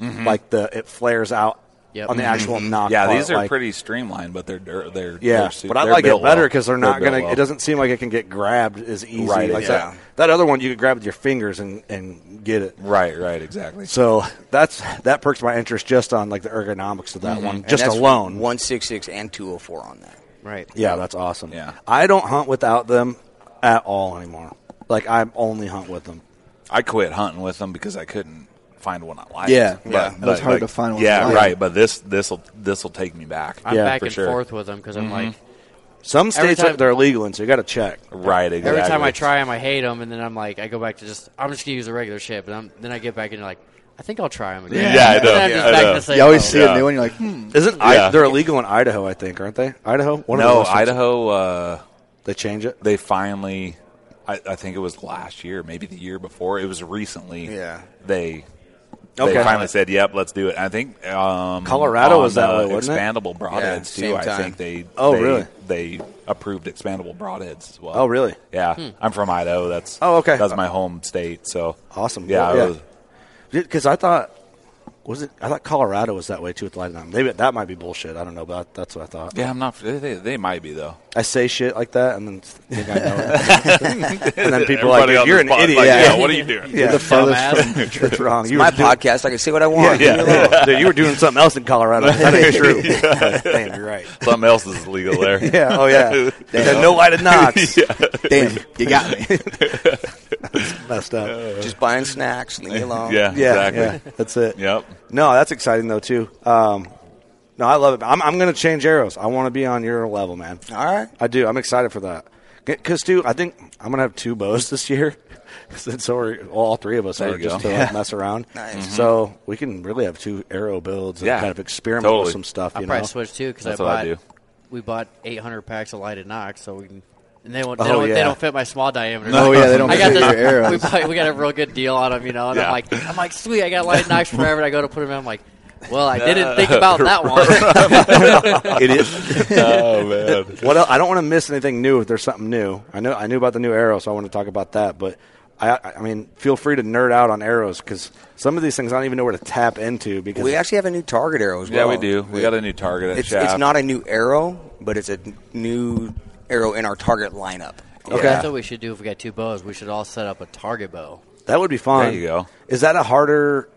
S11: Mhm.
S12: like the it flares out on the actual
S11: Mhm.
S12: knock.
S11: Yeah,
S12: part,
S11: these are
S12: like-
S11: pretty streamlined, but they're dur- they're
S12: yeah,
S11: they're su-
S12: but I
S11: they're
S12: like it
S11: built
S12: better
S11: well.
S12: because they're not
S11: built
S12: gonna.
S11: well.
S12: It doesn't seem like it can get grabbed as easy.
S11: Right,
S12: like
S11: yeah.
S12: that, that other one you could grab with your fingers and, and get it.
S11: Right, right, exactly.
S12: So that's that perks my interest just on like the ergonomics of that
S11: Mm-hmm.
S8: Mhm.
S12: one,
S8: And
S12: just
S8: that's
S12: alone.
S8: 166 and 204 on that.
S10: Right.
S12: Yeah, that's awesome. Yeah, I don't hunt without them at all anymore. Like I only hunt with them.
S11: I quit hunting with them because I couldn't find one I liked.
S12: Yeah.
S11: But-
S12: Yeah.
S11: but,
S12: It's hard
S11: like,
S12: to find one you
S11: Yeah,
S12: like.
S11: right. But this this will this will take me back.
S10: I'm back
S11: for
S10: and
S11: sure.
S10: forth with them because
S11: Mm-hmm.
S10: I'm like,
S12: Some
S10: every
S12: states
S10: time-
S12: they're illegal, and so you got to check.
S11: Right,
S10: Every time I try them, I hate them, and then I'm like, I go back to just, I'm just gonna use a regular shit, but I'm, then I get back into like, I think I'll try them again. And then I'm just back to the same level.
S12: Isn't
S11: Yeah.
S12: I, they're illegal in Idaho? I think, aren't they? Idaho? One of the
S11: no,
S12: Western-
S11: Idaho. Uh,
S12: they change it.
S11: They finally. I, I think it was last year, maybe the year before. It was recently.
S12: Yeah.
S11: They.
S12: Okay.
S11: They finally said, "Yep, let's do it." I think um,
S12: Colorado
S11: on
S12: was that
S11: the
S12: way, wasn't it?
S11: expandable broadheads
S12: Yeah,
S11: too.
S12: same
S11: I
S12: time.
S11: think they.
S12: Oh,
S11: they-
S12: really?
S11: They approved expandable broadheads as well.
S12: Oh, really?
S11: Yeah,
S12: Hmm.
S11: I'm from Idaho. That's
S12: Oh, okay.
S11: That's my home state. So
S12: Awesome.
S11: Yeah,
S12: Yeah.
S11: It was,
S12: Because I thought was it? I thought Colorado was that way too with light on. Maybe that might be bullshit. I don't know, but that's what I thought.
S11: yeah. I'm not. They, they might be though.
S12: I say shit like that, and then think I know it. and then people are like,
S11: Everybody on
S12: "Dude, "You're
S11: the
S12: an
S11: spot's
S12: idiot.
S11: like, "Yeah, what are you doing?"
S12: You're the
S11: Dumbass.
S12: furthest from that's wrong.
S8: It's
S12: You
S8: my
S12: were doing-
S8: podcast. I can say what I want.
S12: Yeah,
S8: Leave me
S12: yeah.
S8: alone.
S12: Dude, you were doing something else in Colorado. That ain't true. Damn, you're right.
S11: Something else is legal there.
S12: Yeah, oh, yeah. They said no lighted knocks. Damn, you got me. messed up.
S8: Just buying snacks. Leave me alone.
S12: yeah, that's it.
S11: Yep.
S12: No, that's exciting though too. Um, no, I love it. I'm, I'm going to change arrows. I want to be on your level, man.
S8: All right.
S12: I do. I'm excited for that. Because too, I think I'm going to have two bows this year. Since so are all three of us
S11: There
S12: are
S11: you go.
S12: just to
S11: Yeah.
S12: like, mess around.
S10: Nice. Mhm.
S12: So we can really have two arrow builds and
S11: Yeah.
S12: kind of experiment
S11: Totally.
S12: with some stuff.
S10: I'll
S12: you
S10: probably
S12: know?
S10: switch too because I
S11: That's
S10: bought
S11: what I do.
S10: we bought 800 packs of lighted knocks, so we can. And they, won't, they,
S12: Oh,
S10: don't,
S12: yeah.
S10: they don't fit my small diameter.
S12: No, yeah, they don't
S10: I got
S12: fit
S10: this-
S12: your arrows.
S10: We, bought, we got a real good deal on them, you know. And
S12: Yeah.
S10: I'm like, I'm like, sweet, I got lighted knocks forever. And I go to put them in, I'm like, well, I didn't think about that one.
S12: it is. What else? I don't want to miss anything new if there's something new. I know I knew about the new arrow, so I want to talk about that. But I, I- I mean, feel free to nerd out on arrows because some of these things I don't even know where to tap into. Because
S8: We actually have a new target arrow as
S11: Yeah,
S8: well.
S11: we do. We got a new target at
S8: It's,
S11: Shaft.
S8: it's not a new arrow, but it's a new arrow in our target lineup.
S10: That's what we should do if we got two bows. We should all set up a target bow.
S12: that would be fun.
S11: There you go.
S12: Is that a harder?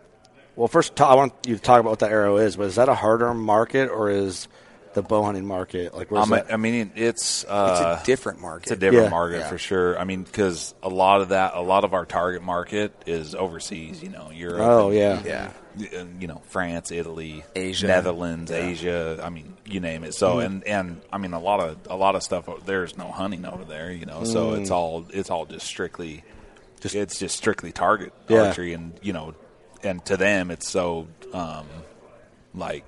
S12: Well, first ta- I want you to talk about what that arrow is, but is that a harder market or is the bow hunting market like? Where's
S11: Um,
S12: that?
S11: I mean, it's uh,
S8: different market.
S11: It's a different
S12: Yeah.
S11: market
S12: Yeah.
S11: for sure. I mean, because a lot of that, a lot of our target market is overseas. You know, Europe.
S12: Oh,
S11: and-
S12: yeah.
S8: Yeah.
S11: and, You know, France, Italy,
S8: Asia.
S11: Netherlands,
S8: Yeah.
S11: Asia. I mean, you name it. So,
S12: Mm.
S8: Mhm.
S11: and and I mean, a lot of a lot of stuff. o- There's no hunting over there. You know, so
S12: Mm.
S11: it's all it's all just strictly, it's just strictly target
S12: Yeah.
S11: archery, and you know, and to them, it's so um, like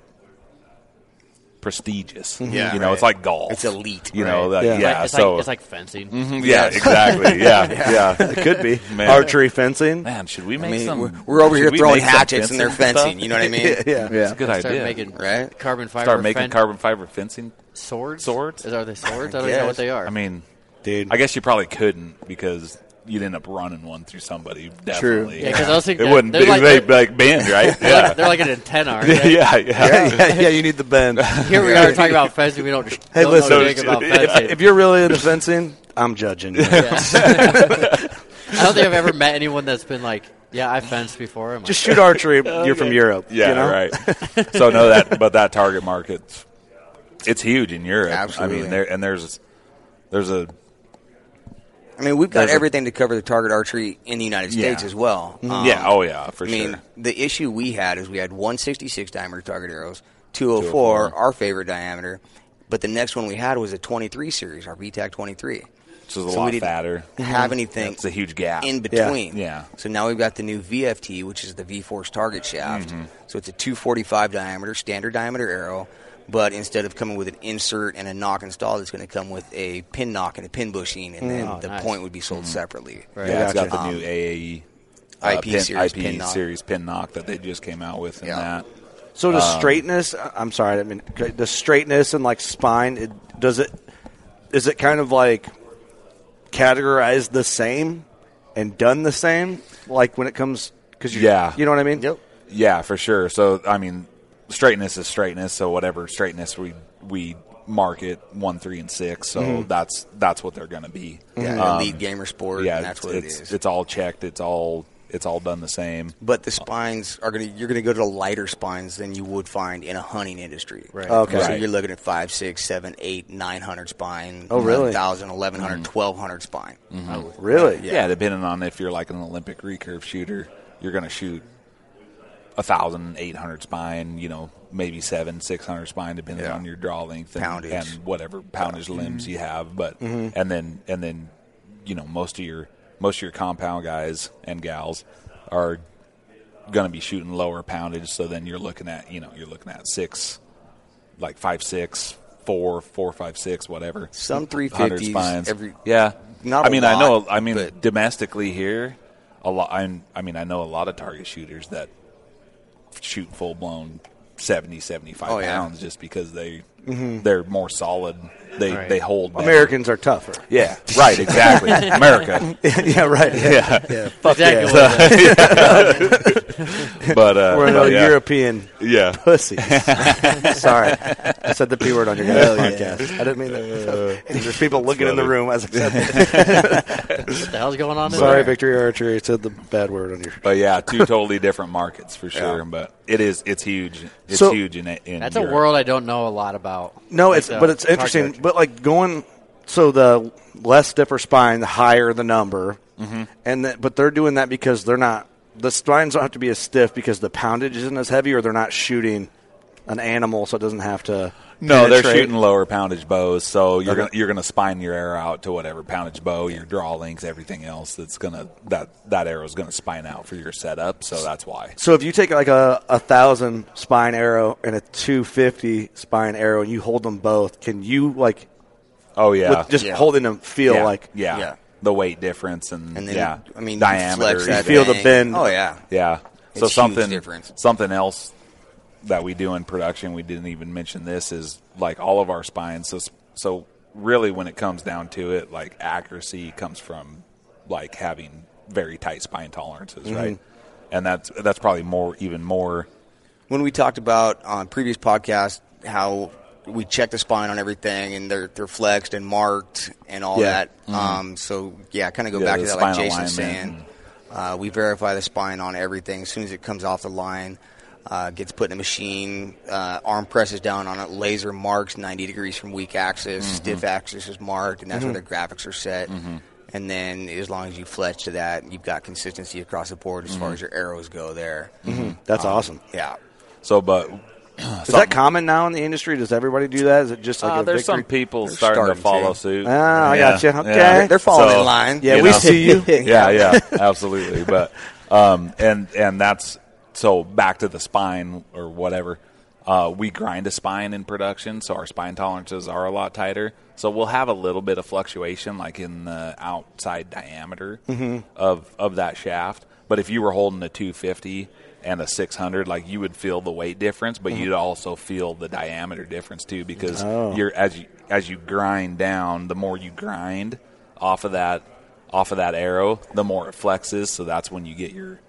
S11: prestigious.
S8: Mm-hmm. Yeah,
S11: you know, it's
S8: right.
S11: like golf.
S8: It's elite,
S11: You know,
S8: right.
S11: that,
S8: Yeah.
S11: yeah.
S8: It's
S10: like- it's like-
S11: so
S10: it's like fencing.
S11: Mhm, yeah,
S8: Yes.
S11: exactly. Yeah, yeah,
S12: it could be
S11: Man.
S12: archery fencing.
S11: Man, should we
S8: I
S11: make
S8: mean,
S11: some?
S8: we're- we're over
S11: should
S8: here
S11: we
S8: throwing
S11: make some
S8: hatchets and they're fencing,
S11: stuff?
S8: you know what I mean? Yeah.
S11: it's a good
S10: Start
S11: idea.
S10: making carbon fiber
S11: Start making
S10: fen-
S11: carbon fiber fencing
S10: swords.
S11: Swords?
S10: Is- Are they swords? I don't even know what they are.
S11: I mean,
S12: dude,
S11: I guess you probably couldn't because you'd end up running one through somebody. Definitely,
S10: Yeah, 'cause I was thinking
S11: it wouldn't
S10: they're
S11: be
S10: like-
S11: like, like, bend, right?
S10: They're like-
S11: Yeah,
S10: they're like an antenna, aren't
S11: Yeah,
S10: they?
S11: yeah, yeah,
S10: Yeah, yeah, yeah, you
S12: need the bend.
S10: Here we are talking about fencing. We don't,
S12: Hey,
S10: don't
S12: listen.
S10: know anything about fencing.
S12: if, if you're really into fencing, I'm judging. you.
S10: Yeah. I don't think I've ever met anyone that's been like, "Yeah, I fenced before." I'm like,
S12: Just shoot archery. You're from Europe.
S11: Yeah,
S12: you know?
S11: right. so no, that but that target market's it's huge in Europe. I
S8: Absolutely.
S11: mean, there and there's there's a
S8: I mean, we've got
S11: There's a-
S8: everything to cover the target archery in the United
S11: Yeah.
S8: States as well. Um,
S11: Mhm. Yeah, oh, yeah, for
S8: I mean,
S11: sure.
S8: the issue we had is we had 166 diameter target arrows,
S11: 204.
S8: 204, our favorite diameter, but the next one we had was a 23 series, our BTAC 23.
S11: Which is a lot
S8: we didn't
S11: fatter.
S8: Have
S11: Mhm.
S8: anything?
S11: It's a huge gap.
S8: in
S11: Yeah.
S8: between.
S11: Yeah.
S8: So now we've got the new VFT, which is the V-Force target shaft.
S11: Mhm.
S8: So it's a 245 diameter, standard diameter arrow, but instead of coming with an insert and a knock installed, it's going to come with a pin knock and a pin bushing, and then
S11: Mm. Oh,
S8: the
S11: nice.
S8: point would be sold separately.
S11: Yeah, it's got the new AAE uh,
S8: IP
S11: pin,
S8: Um, series
S11: IP
S8: pin knock.
S11: series pin knock that they just came out with.
S8: Yeah.
S11: In that,
S12: So the
S11: Um,
S12: straightness. I- I'm sorry. I mean, c- the straightness and like spine. It, does it? Is it kind of like categorized the same and done the same? Like when it comes because
S11: Yeah.
S12: you know what I mean. Yep.
S11: Yeah, for sure. So I mean, straightness is straightness. So whatever straightness we we market one, three, and six. So
S8: Mhm.
S11: that's that's what they're going to be. Um,
S8: Yeah, elite gamer sport,
S11: Yeah,
S8: and that's
S11: it's-
S8: what it
S11: it's,
S8: is.
S11: It's all checked. It's all it's all done the same.
S8: But the spines are going to you're going to go to the lighter spines than you would find in a hunting industry. Right.
S12: Okay.
S8: So
S12: Right.
S8: you're looking at five, six, seven, eight, nine hundred spine.
S12: Oh, really? Mm. Mm-hmm.
S8: 1,000, 1,100, 1,200 spine.
S12: Really?
S11: Yeah. depending on if you're like an Olympic recurve shooter, you're going to shoot a thousand eight hundred spine. You know, maybe seven six hundred spine, depending on your draw length and,
S8: Poundage.
S11: and whatever poundage limbs you have. But
S8: Mhm.
S11: and then and then you know most of your most of your compound guys and gals are going to be shooting lower poundage. So then you're looking at you know you're looking at six like five six four four five six whatever
S8: Some
S11: 100
S8: 350s,
S11: spines.
S8: every-
S11: yeah
S8: not
S11: I
S8: a
S11: mean I
S8: lot,
S11: know I mean domestically here a lot I'm, I mean I know a lot of target shooters that shoot full blown 70 75
S12: Oh, yeah.
S11: pounds just because they
S12: Mhm.
S11: they're more solid they
S12: Right.
S11: they hold better.
S12: Americans are tougher.
S11: yeah right exactly America
S12: yeah, right.
S11: yeah,
S12: yeah.
S11: Fuck
S12: Exactly
S11: yeah.
S12: what it is.
S11: but uh,
S12: We're
S11: but
S12: no
S11: yeah.
S12: European
S11: yeah
S12: pussies. Sorry, I said the p word on your guys'
S11: Hell yeah.
S12: podcast. I didn't mean that.
S11: Uh,
S12: and there's people
S11: that's
S12: looking in the
S11: funny.
S12: room as I said that.
S10: What the hell's going on in
S12: Sorry,
S10: there?
S12: Victory Archery. I said the bad word on your.
S11: But yeah, two totally different markets for sure.
S12: Yeah.
S11: But it is it's huge. It's
S12: So-
S11: huge in in
S10: That's
S11: Europe.
S10: a world I don't know a lot about.
S12: No,
S10: Like uh,
S12: it's
S10: the
S12: but it's
S10: target
S12: interesting. But like going, so the less stiffer spine, the higher the number,
S10: Mm-hmm.
S11: Mhm.
S12: and the, but they're doing that because they're not the spines don't have to be as stiff because the poundage isn't as heavy, or they're not shooting an animal, so it doesn't have to.
S11: No, they're
S12: penetrate.
S11: shooting lower poundage bows, so you're
S12: Okay.
S11: gonna, you're going to spine your arrow out to whatever poundage bow, your draw lengths, everything else that's going to that that arrow is going to spine out for your setup. So that's why.
S12: So if you take like a, a thousand spine arrow and a two fifty spine arrow, and you hold them both, can you like?
S11: Oh yeah,
S12: with just holding them, feel
S11: Yeah.
S12: like
S11: yeah. the weight difference and,
S8: And then,
S11: yeah,
S8: I mean, you
S11: diameter,
S8: flex that
S12: You feel the thing. bend.
S8: Oh, yeah.
S11: yeah.
S8: It's
S11: so
S8: huge
S11: something
S8: difference.
S11: something else that we do in production, we didn't even mention this is like all of our spines. So so really, when it comes down to it, like accuracy comes from like having very tight spine tolerances,
S12: Mm-hmm.
S8: Mhm.
S11: right? And that's that's probably more even more
S8: when we talked about on previous podcast how we check the spine on everything and they're they're flexed and marked and all
S11: Yeah.
S8: that.
S11: Mhm.
S8: Um, so yeah, kind of go
S11: Yeah,
S8: back
S11: the
S8: to that, like
S11: spine
S8: Jason's
S11: alignment
S8: saying. Uh, we verify the spine on everything as soon as it comes off the line. Uh, gets put in a machine, uh, arm presses down on it, laser marks 90 degrees from weak axis,
S11: Mhm.
S8: stiff axis is marked, and that's
S11: Mhm.
S8: where the graphics are set.
S11: Mhm.
S8: And then as long as you fletch to that, you've got consistency across the board as far
S11: Mhm.
S8: as your arrows go there.
S11: Mm-hmm.
S12: Mhm. That's
S11: Uh-huh.
S12: awesome.
S8: Yeah.
S11: So, but
S12: Is that common now in the industry? Does everybody do that? Is it just like
S11: Uh,
S12: a
S11: there's
S12: victory?
S11: some people starting, to follow suit.
S12: Ah, I
S11: Yeah,
S12: got you.
S11: yeah.
S12: Okay,
S11: So,
S12: Yeah, we
S11: know.
S12: see you.
S11: yeah, yeah, absolutely. But um, and and that's so back to the spine or whatever. Uh, we grind a spine in production, so our spine tolerances are a lot tighter. So we'll have a little bit of fluctuation, like in the outside diameter
S12: Mhm.
S11: of of that shaft. But if you were holding a 250 and a 600, like you would feel the weight difference, but
S12: Mhm.
S11: you'd also feel the diameter difference too, because
S12: Oh.
S11: you're as you as you grind down, the more you grind off of that off of that arrow, the more it flexes. So that's when you get your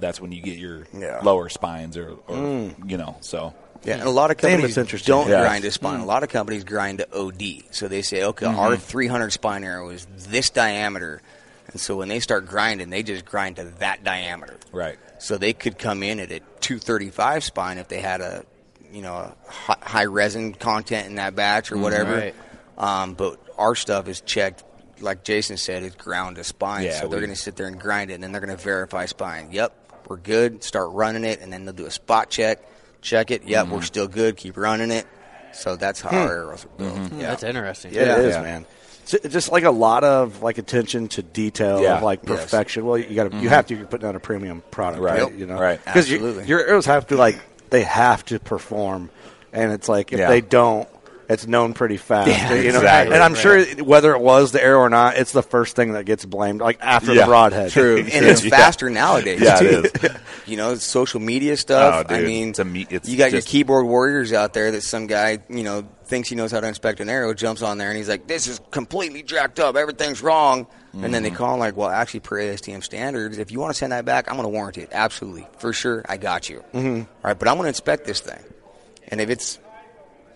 S11: that's when you get your
S8: Yeah.
S11: lower spines or, or
S8: Mm.
S11: you know. So
S8: Yeah, and a lot of companies don't
S11: Yeah.
S8: grind to spine. A lot of companies grind to OD. So they say, okay, our
S11: Mhm.
S8: 300 spine arrow is this diameter. And so when they start grinding, they just grind to that diameter.
S11: Right.
S8: So they could come in at a 235 spine if they had a, you know, a hi- high resin content in that batch or
S11: Mm,
S8: whatever.
S11: right.
S8: Um, but our stuff is checked, like Jason said, it's ground to spine.
S11: Yeah,
S8: so they're
S11: we-
S8: going to sit there and grind it, and then they're going to verify spine. Yep, we're good. Start running it, and then they'll do a spot check, check it. Yep,
S11: Mm-hmm.
S8: we're
S10: Mhm.
S8: still good. Keep running it. So that's how
S12: Hmm.
S8: our arrows are built.
S11: Mm-hmm.
S10: Mhm.
S8: Yeah.
S10: That's interesting.
S12: Yeah, it is,
S8: Yeah.
S12: man. It's ju- just like a lot of like attention to detail,
S8: Yeah.
S12: of like
S8: Yes.
S12: perfection. Well, you got to you
S8: Mhm.
S12: have to. You're putting out a premium product,
S11: Mm-hmm. Right.
S12: right?
S11: Yep.
S12: You know,
S11: Right.
S12: Because you,
S11: Absolutely.
S12: your arrows have to like they have to perform, and it's like if
S11: Yeah.
S12: they don't, it's known pretty fast.
S11: Yeah,
S12: you know,
S11: exactly.
S12: and I'm sure
S11: Right.
S12: whether it was the arrow or not, it's the first thing that gets blamed, like after
S11: Yeah.
S12: the broadhead.
S11: True,
S8: and it's faster nowadays.
S11: Yeah,
S8: too.
S11: it is.
S8: you know, social media stuff.
S11: Oh,
S8: I
S11: dude,
S8: mean,
S11: it's a me- it's
S8: you got your
S11: just-
S8: keyboard warriors out there that some guy, you know, thinks he knows how to inspect an arrow, jumps on there, and he's like, this is completely jacked up. Everything's wrong. And then they
S11: Mhm.
S8: call him like, well, actually, per ASTM standards, if you want to send that back, I'm going to warranty it. Absolutely. For sure. I got you.
S11: Mm-hmm.
S12: Mhm.
S8: All right, but I'm going to inspect this thing. And if it's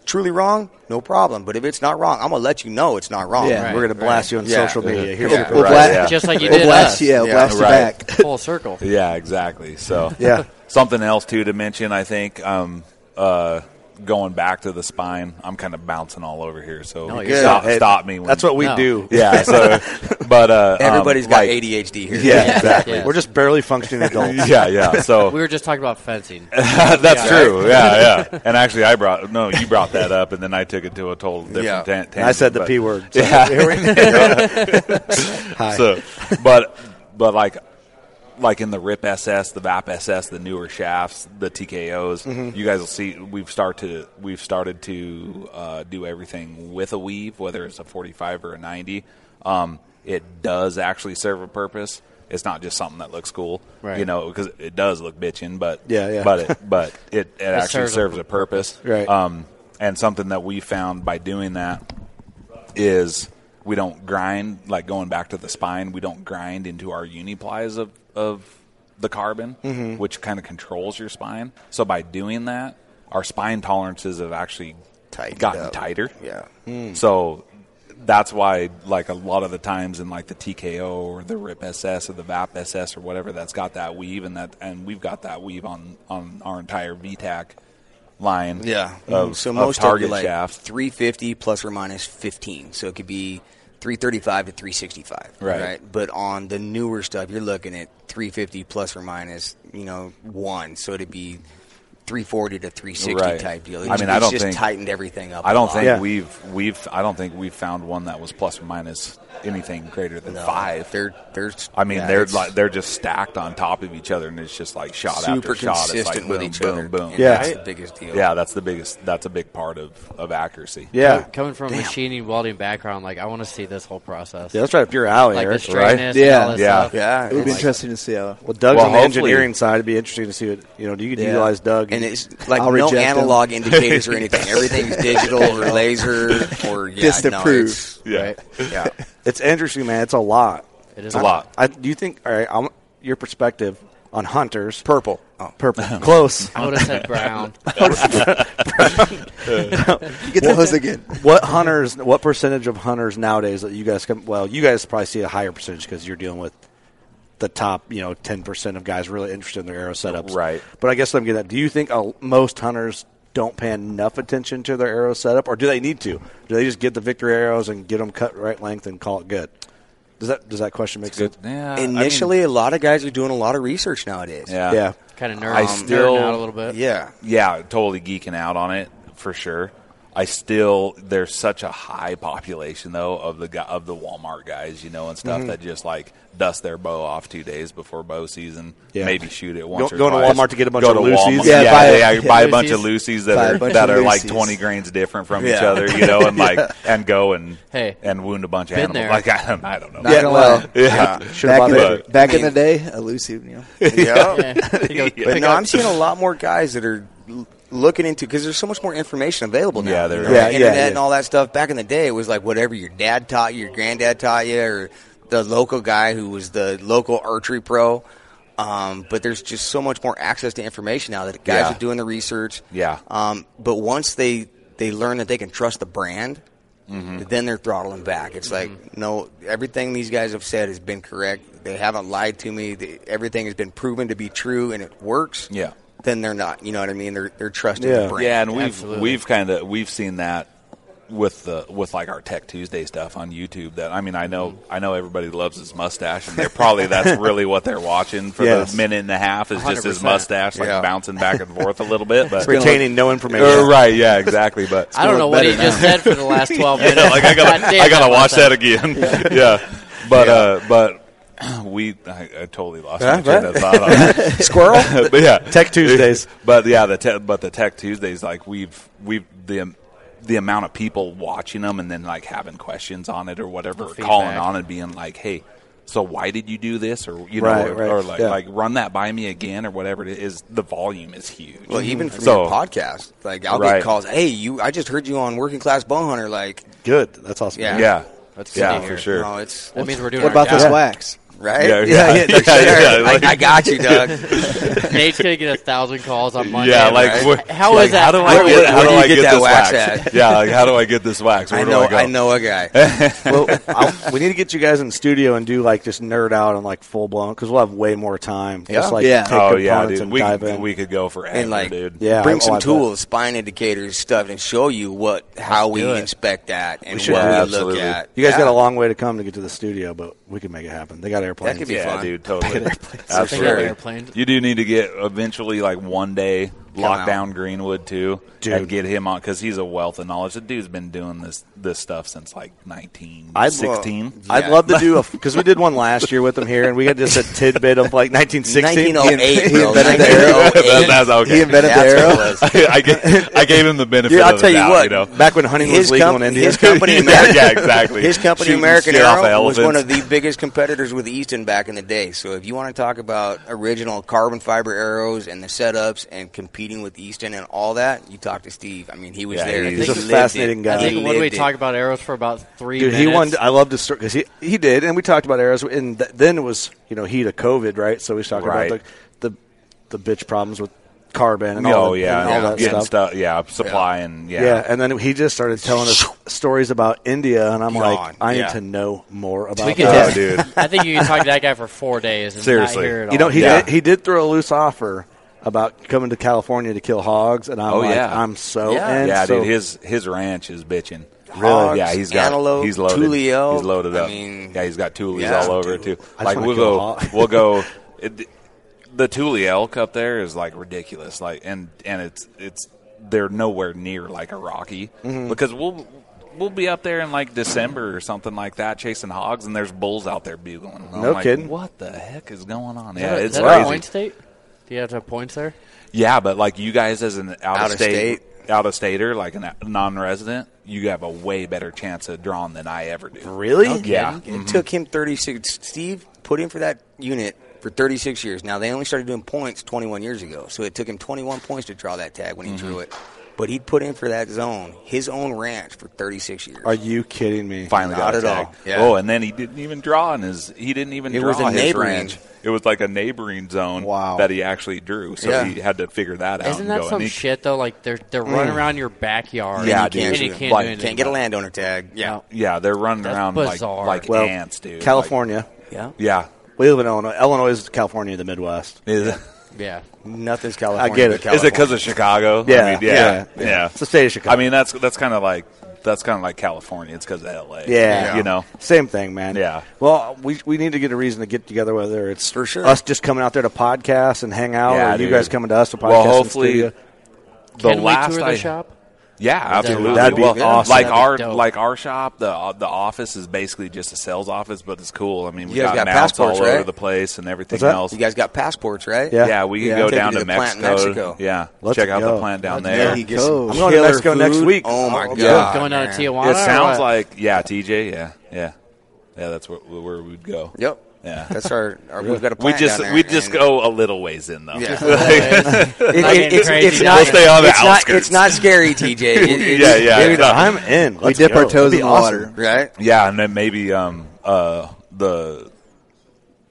S8: truly wrong, no problem. But if it's not wrong, I'm going to let you know it's not wrong.
S12: Yeah, Right, we're gonna blast right. you on social media. Here's your-
S8: We'll
S11: Right,
S8: blast-
S11: yeah.
S10: Just like you We'll did blast us. you- yeah, we'll blast you back. Full circle.
S11: Yeah, exactly. So
S10: Yeah.
S11: something else too to mention. I think um, uh, going back to the spine, I'm kind of bouncing all over here. So
S8: No, you're
S11: Oh, stop,
S8: good.
S11: stop me. When,
S12: That's what we No. do.
S11: Yeah. So, but uh,
S8: Everybody's
S11: um,
S8: got
S11: like-
S8: ADHD here.
S11: Yeah, exactly.
S12: We're just barely functioning adults.
S11: yeah, yeah. So
S10: we were just talking about fencing.
S11: That's
S10: Yeah.
S11: true. Yeah, yeah. And actually, I brought no. You brought that up, and then I took it to a total different
S12: Yeah.
S11: yeah.
S12: And I said the P word, so here we go. Hi.
S11: Yeah. so, but but like like in the Rip SS, the Vap SS, the newer shafts, the TKOs.
S12: Mhm.
S11: You guys will see we've start to we've started to uh, do everything with a weave, whether it's a 45 or a 90. Um, it does actually serve a purpose. It's not just something that looks cool,
S12: Right.
S11: you know, because it does look bitching, but
S12: Yeah, yeah.
S11: but it, but it, it,
S12: It
S11: actually
S12: serves a
S11: serves
S12: pur-
S11: a purpose,
S12: Right.
S11: Um, and something that we found by doing that is we don't grind like going back to the spine. We don't grind into our uniplies of of the carbon,
S8: Mm-hmm.
S12: Mhm.
S11: which kind of controls your spine. So by doing that, our spine tolerances have actually gotten
S8: up.
S11: tighter. Hmm.
S8: Yeah. Hmm.
S12: Mm.
S11: So that's why, like a lot of the times in like the TKO or the RIP SS or the VAP SS or whatever that's got that weave and that and we've got that weave on on our entire VTAC line.
S8: Yeah. Mm-hmm. Mm,
S11: Of,
S8: so
S11: of
S8: most of
S11: target
S8: your, like
S11: shaft.
S8: 350 plus or minus 15. So it could be 335 to 365.
S11: Right.
S8: But on the newer stuff, you're looking at 350 plus or minus, you know, one. So it'd be 340 to 360
S11: Right.
S8: type deal.
S11: I
S8: It's-
S11: mean, I
S8: it's
S11: don't
S8: just
S11: think
S8: tightened everything up.
S11: I
S8: a
S11: don't
S8: lot.
S11: think we've we've I don't think we've found one that was plus or minus anything greater than
S8: No.
S11: five.
S8: They're they're
S11: I mean
S8: yeah,
S11: they're
S8: it's-
S11: like they're just stacked on top of each other and it's just like shot
S8: Super
S11: after shot. It's like
S8: consistent
S11: boom,
S8: with each
S11: boom,
S8: other,
S11: boom.
S8: and Yeah. that's the biggest deal.
S11: Yeah, that's the biggest. That's a big part of of accuracy.
S12: Yeah.
S10: Coming from a
S12: Damn.
S10: machining welding background, like I want to see this whole process.
S12: Yeah, that's right up your alley,
S10: Like the
S12: Eric,
S10: straightness,
S12: right?
S10: and all this
S12: Yeah.
S10: stuff.
S9: It
S12: Yeah,
S9: would be
S10: Like-
S9: interesting to see how.
S12: Well, Doug's
S9: Well,
S12: on the
S9: hopefully-
S12: engineering side. It'd be interesting to see what you know. You could
S9: Yeah.
S12: utilize Doug,
S8: And it's like
S12: I'll
S8: no
S12: reject him.
S8: analog indicators or anything. Everything's digital or laser or yeah,
S12: Just to
S8: no,
S12: prove.
S8: it's-
S12: Yeah.
S8: right? Yeah.
S12: It's interesting, man. It's a lot.
S10: It is
S11: a lot.
S12: I, do you think? All right, I want your perspective on hunters.
S8: Purple.
S12: Oh. Purple. Close.
S10: I would've said brown.
S9: You get those again.
S12: What hunters? What percentage of hunters nowadays that you guys come? Well, you guys probably see a higher percentage because you're dealing with the top, you know, ten percent of guys really interested in their arrow setups.
S11: Right.
S12: But I guess I'm getting at. Do you think uh, most hunters don't pay enough attention to their arrow setup, or do they need to? Do they just get the victory arrows and get them cut right length and call it good? Does that does that question make sense?
S8: Initially, a lot of guys are doing a lot of research nowadays.
S11: Yeah.
S10: Kind of nerd,
S11: I still-
S10: nerding out a little bit.
S8: Yeah.
S11: Yeah, totally geeking out on it for sure. I still there's such a high population though of the guy, of the Walmart guys, you know, and stuff
S12: Mhm.
S11: that just like dust their bow off two days before bow season.
S12: Yeah.
S11: Maybe shoot it once
S12: Go-
S11: or
S12: go to
S11: twice.
S12: Walmart to get a bunch
S11: Go
S12: of
S11: to
S12: Lucy's.
S11: Walmart.
S12: Yeah,
S11: Yeah,
S12: buy-
S11: they- yeah,
S12: yeah,
S11: buy a bunch of
S12: Lucy's.
S11: Lucy's
S12: Buy a
S11: that are
S12: bunch
S11: that
S12: of
S11: are like
S12: Lucy's.
S11: twenty grains different from each
S12: Yeah.
S11: other, you know, and like
S12: Yeah.
S11: and go and
S10: Hey,
S11: and wound a bunch of
S10: been
S11: animals.
S10: there.
S11: Like I don't, I don't know.
S9: Yeah, well,
S11: yeah.
S9: back, in the,
S11: But-
S9: back in the day, a Lucy, you know.
S8: But no, I'm seeing a lot more guys that are l- looking into because there's so much more information available now.
S11: Yeah,
S8: you
S11: there
S8: know,
S11: is. Yeah,
S8: the
S11: yeah,
S8: internet
S11: yeah.
S8: and all that stuff. Back in the day, it was like whatever your dad taught you, your granddad taught you, or the local guy who was the local archery pro. Um, but there's just so much more access to information now that guys
S11: Yeah.
S8: are doing the research.
S11: Yeah.
S8: Um, but once they they learn that they can trust the brand,
S11: Mhm.
S8: Mm-hmm. then they're throttling back. It's
S11: Mm-hmm.
S8: like no, everything these guys have said has been correct. They haven't lied to me. They, everything has been proven to be true, and it works.
S11: Yeah.
S8: Then they're not. You know what I mean? They're they're trusting the brand.
S11: Yeah, and we've we've kind of we've seen that with the with like our Tech Tuesday stuff on YouTube. That I mean, I know I know everybody loves his mustache, and they're probably that's really what they're watching for
S12: Yes.
S11: the minute and a half is just his
S12: 100%.
S11: mustache like
S12: Yeah.
S11: bouncing back and forth a little bit, but
S12: Retaining no information.
S11: Uh, right? Yeah, exactly. But
S10: I don't know what he just said for the last 12 minutes.
S11: yeah, like I gotta,
S10: God damn
S11: I gotta
S10: that
S11: watch
S10: mustache.
S11: that again. yeah, but uh, but. We, I, I totally lost
S12: Yeah,
S11: my train
S12: right.
S11: of thought on that.
S12: Squirrel?
S11: but yeah,
S12: Tech Tuesdays.
S11: But yeah, the te- but the Tech Tuesdays, like we've we've the the amount of people watching them and then like having questions on it or whatever,
S10: The
S11: calling
S10: feedback.
S11: on and being like, hey. So why did you do this, or you know,
S12: Right,
S11: or,
S12: right,
S11: or like
S12: yeah.
S11: like run that by me again, or whatever it is? The volume is huge.
S8: Well, even from
S11: So-
S8: your podcast, like I'll
S11: Right.
S8: get calls. Hey, you! I just heard you on Working Class Bowhunter. Like,
S12: Good. That's awesome.
S8: yeah,
S11: Yeah. That's Yeah, good to for hear. sure.
S8: No, it's
S10: That means we're doing
S9: What
S10: our
S9: about this
S10: job.
S9: wax?
S8: right.
S11: Yeah,
S8: Yeah,
S11: yeah.
S8: yeah,
S11: Yeah,
S8: for sure.
S11: yeah,
S8: I-
S11: like-
S8: I, got you, Doug.
S10: Nate's gonna get a thousand calls on Monday.
S11: yeah, like
S10: Right?
S11: wh-
S10: how
S11: like,
S10: is that?
S11: How do I
S8: where-
S11: get, how
S8: where
S11: do
S8: do you
S11: I
S8: get
S11: get
S8: that
S11: this
S8: wax
S11: wax?
S8: at?
S11: yeah, like how do I get this wax? Where
S8: I
S11: do
S8: know.
S11: I go?
S8: I know a guy.
S12: well, I, we need to get you guys in the studio and do like just nerd out on like full blown because we'll have way more time. Just like take
S11: oh
S12: components
S11: yeah, dude.
S12: and
S11: We
S12: dive
S11: could,
S12: in.
S11: we could go forever,
S8: and like
S11: dude.
S12: Yeah,
S8: bring
S12: oh, I
S8: some
S12: bet.
S8: tools, spine indicators, stuff, and show you what how we
S10: do it.
S8: inspect that and
S12: should.
S8: what
S12: Yeah,
S8: we
S11: absolutely.
S8: look at.
S12: you guys
S8: Yeah.
S12: got a long way to come to get to the studio, but we can make it happen. They got
S8: That
S12: airplanes.
S8: could be
S11: yeah,
S8: fun.
S11: dude, totally.
S10: Think of
S11: Absolutely.
S10: airplanes.
S11: You do need to get eventually like one day lock
S8: out.
S11: down Greenwood too,
S12: Dude.
S11: and get him on because he's a wealth of knowledge. The dude's been doing this this stuff since like nineteen
S12: I'd-
S11: sixteen.
S12: I'd
S8: Yeah.
S12: love to do a because we did one last year with them here, and we had just a tidbit of like 1916.
S8: 1908,
S9: He
S8: bro.
S9: invented the arrow.
S8: 1908.
S11: That's okay.
S9: He invented the
S8: That's
S9: arrow.
S8: what it was.
S11: I, I, gave, I gave him the benefit.
S12: Yeah, I'll
S11: of the
S12: tell you
S11: doubt,
S12: what,
S11: You know?
S12: back when hunting was
S8: His,
S12: legal
S8: com-
S12: in India.
S8: his company,
S11: yeah,
S8: American,
S11: yeah, exactly.
S8: His company,
S11: Shooting
S8: American
S11: shit off of
S8: Arrow, was one
S11: elephants.
S8: of the biggest competitors with Easton back in the day. So if you want to talk about original carbon fiber arrows and the setups and competing with Easton and all that, you talk to Steve. I mean, he was
S11: Yeah,
S8: there.
S11: he's
S8: He
S10: a
S8: lived
S12: fascinating
S8: it.
S12: guy.
S10: I
S8: He
S10: think when we
S8: lived it.
S10: talk about arrows for about three
S12: Dude,
S10: minutes,
S12: he won. I love the story because he he did, and we talked about arrows. And th- then it was you know heat of COVID, right? So we was talking
S11: Right.
S12: about the, the the bitch problems with carbon and all
S11: oh
S12: that,
S11: yeah,
S12: and all
S11: yeah,
S12: that
S11: getting
S12: stuff.
S11: stuff. Yeah, supply and
S12: Yeah. and then he just started telling us stories about India, and I'm like,
S8: Yawn,
S12: I need
S8: yeah.
S12: to know more about
S10: We
S12: that.
S10: could
S11: Oh,
S10: just-
S11: dude.
S10: I think you can talk to that guy for four days. And
S11: Seriously.
S10: not hear it all.
S12: You know, he
S11: Yeah.
S12: did, he did throw a loose offer about coming to California to kill hogs, and I'm
S11: Oh,
S12: like,
S11: yeah.
S12: I'm so
S8: Yeah.
S12: in.
S11: yeah,
S12: so,
S11: dude. His his ranch is bitching.
S12: Really?
S11: Yeah, he's got
S8: Antelope,
S11: he's loaded.
S8: Tulio.
S11: He's loaded
S8: I
S11: up.
S8: mean-
S11: yeah, he's got Tulies
S8: Yeah.
S11: all over it too.
S12: I just
S11: Like
S12: wanna
S11: we'll
S12: kill a
S11: go,
S12: hog.
S11: we'll go. It, the Thule elk up there is like ridiculous. Like and and it's it's they're nowhere near like a Rocky
S12: Mm-hmm.
S11: because we'll. We'll be up there in like December or something like that, chasing hogs, and there's bulls out there bugling. And I'm
S12: No
S11: like,
S12: kidding.
S11: What the heck is going on?
S10: Is
S11: Yeah,
S10: that-
S11: it's
S10: is that a
S11: crazy.
S10: point state? Do you have to have points there?
S11: Yeah, but like you guys as an out, of state,
S8: Out-of-state?
S11: out of stater, like a non-resident, you have a way better chance of drawing than I ever do.
S12: really?
S11: Yeah. Mm-hmm.
S8: It took him 36. Steve put in for that unit for 36 years. Now, they only started doing points 21 years ago. So it took him 21 points to draw that tag when he drew it. But he put in for that zone, his own ranch, for 36 years.
S12: Are you kidding me?
S11: Finally got
S8: Not
S11: a
S8: at
S11: tag.
S8: all. Yeah.
S11: Oh, and then he didn't even draw in his. He didn't even.
S8: It
S11: draw
S8: was a
S11: his
S8: neighboring-
S11: range. It was like a neighboring zone
S12: Wow.
S11: that he actually drew. So
S8: Yeah.
S11: he had to figure that out.
S10: Isn't
S11: and
S10: that
S11: go,
S10: some
S11: and he-
S10: shit though? Like they're they're running
S11: Mm.
S10: around your backyard.
S11: Yeah,
S10: and you
S11: dude.
S10: can't, and you
S11: Like,
S10: can't, do anything
S8: Can't get a
S10: about it.
S8: landowner tag. Yeah.
S10: No.
S11: Yeah, they're running
S10: That's
S11: around
S10: bizarre.
S11: like like
S12: Well,
S11: ants, dude. Like-
S12: California.
S8: Yeah.
S11: yeah.
S12: we live in Illinois. Illinois is California, the Midwest.
S11: Is,
S10: Yeah,
S8: Nothing's California.
S12: I get
S8: but
S12: it. Is
S11: is
S8: California.
S11: it because of Chicago? I
S12: Yeah,
S11: mean, yeah,
S12: yeah, yeah. It's the state of Chicago.
S11: I mean, that's that's kind of like that's kind of like California. It's because of L.A.
S12: Yeah.
S11: you know.
S12: Same thing, man.
S11: Yeah.
S12: Well, we we need to get a reason to get together, whether it's
S8: For sure.
S12: us just coming out there to podcast and hang out,
S11: Yeah,
S12: or you
S11: dude.
S12: guys coming to us to podcast.
S11: Well,
S12: in the
S11: hopefully-
S12: studio.
S11: the
S10: can
S11: last
S10: we tour
S11: I-
S10: the shop?
S11: Yeah,
S10: That'd be-
S11: absolutely.
S12: that'd be
S11: Well,
S12: awesome.
S10: That'd
S11: Like
S10: be
S11: our
S10: dope.
S11: like our shop, the uh, the office is basically just a sales office, but it's cool. I mean, we
S8: You guys
S11: got,
S8: got
S11: mounts all
S8: passports,
S11: over
S8: right?
S11: the place and everything
S12: What's that?
S11: else.
S8: You guys got passports, right?
S12: Yeah.
S11: yeah, we can
S12: Yeah.
S11: go
S8: Take
S11: down
S8: you
S11: to
S8: to the plant
S11: Mexico.
S8: in Mexico.
S11: Yeah,
S12: Let's
S11: check out
S12: go.
S11: the plant down
S10: Let's
S11: there.
S8: He gets
S9: Go.
S8: some-
S12: I'm going to
S8: killer
S12: Mexico next
S8: food.
S12: week.
S8: Oh my
S12: Oh,
S8: god!
S12: yeah.
S10: Going down to Tijuana.
S11: It
S10: or
S11: sounds
S10: what?
S11: like yeah, TJ. Yeah, yeah, yeah. That's where, where we'd go.
S8: Yep.
S11: Yeah.
S8: That's our. our we've got a
S11: We
S8: plant
S11: just
S8: down there,
S11: we just
S8: and-
S11: go a little ways in though.
S8: Yeah.
S12: It-
S10: Not
S12: it-
S10: getting
S12: it's-
S10: crazy.
S12: it's
S10: We'll
S12: not-
S11: We'll stay on the
S8: It's not,
S11: outskirts.
S8: it's not scary, TJ. It- it's-
S11: yeah, yeah.
S12: Dude, I'm in.
S9: We
S12: Let's
S9: dip our
S12: go.
S9: toes
S12: That'd be
S9: in the
S12: awesome.
S9: water.
S8: Right?
S11: Yeah, and then maybe um uh the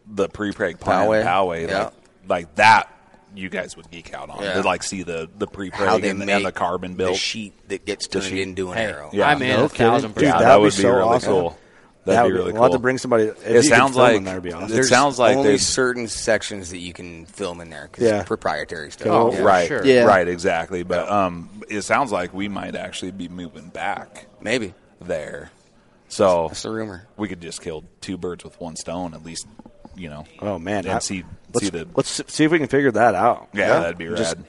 S11: the pre-preg plan
S8: Poway.
S11: Poway,
S8: Yeah.
S11: like, like that, you guys would geek out on
S8: Yeah.
S11: to like see the the
S8: How
S11: pre-preg
S8: they
S11: and, the-
S8: make
S11: and the carbon built
S8: the sheet that gets
S11: The
S8: turned
S11: sheet.
S8: into an
S11: Hey,
S8: arrow.
S11: yeah.
S10: I'm in
S11: No
S10: a
S11: kidding.
S10: thousand
S11: Dude,
S10: percent.
S11: that would be really cool. That'd
S12: That
S11: be
S12: would be-
S11: really
S12: we'll have to
S11: cool.
S12: bring somebody- if you
S11: It
S12: could
S11: sounds
S12: film
S11: like
S12: in there, it'd be awesome.
S11: it
S8: There's
S11: sounds like
S8: only
S11: there's
S8: certain sections that you can film in there because
S11: Yeah.
S8: it's proprietary stuff.
S11: Oh, right,
S8: Yeah.
S11: right, exactly. But um, it sounds like we might actually be moving back,
S8: maybe
S11: there. So
S8: that's the rumor.
S11: We could just kill two birds with one stone, at least. You know.
S12: Oh man,
S11: and
S12: I-
S11: see
S12: let's,
S11: see the
S12: let's s- see if we can figure that out.
S11: Yeah, that'd be
S12: Just
S11: rad.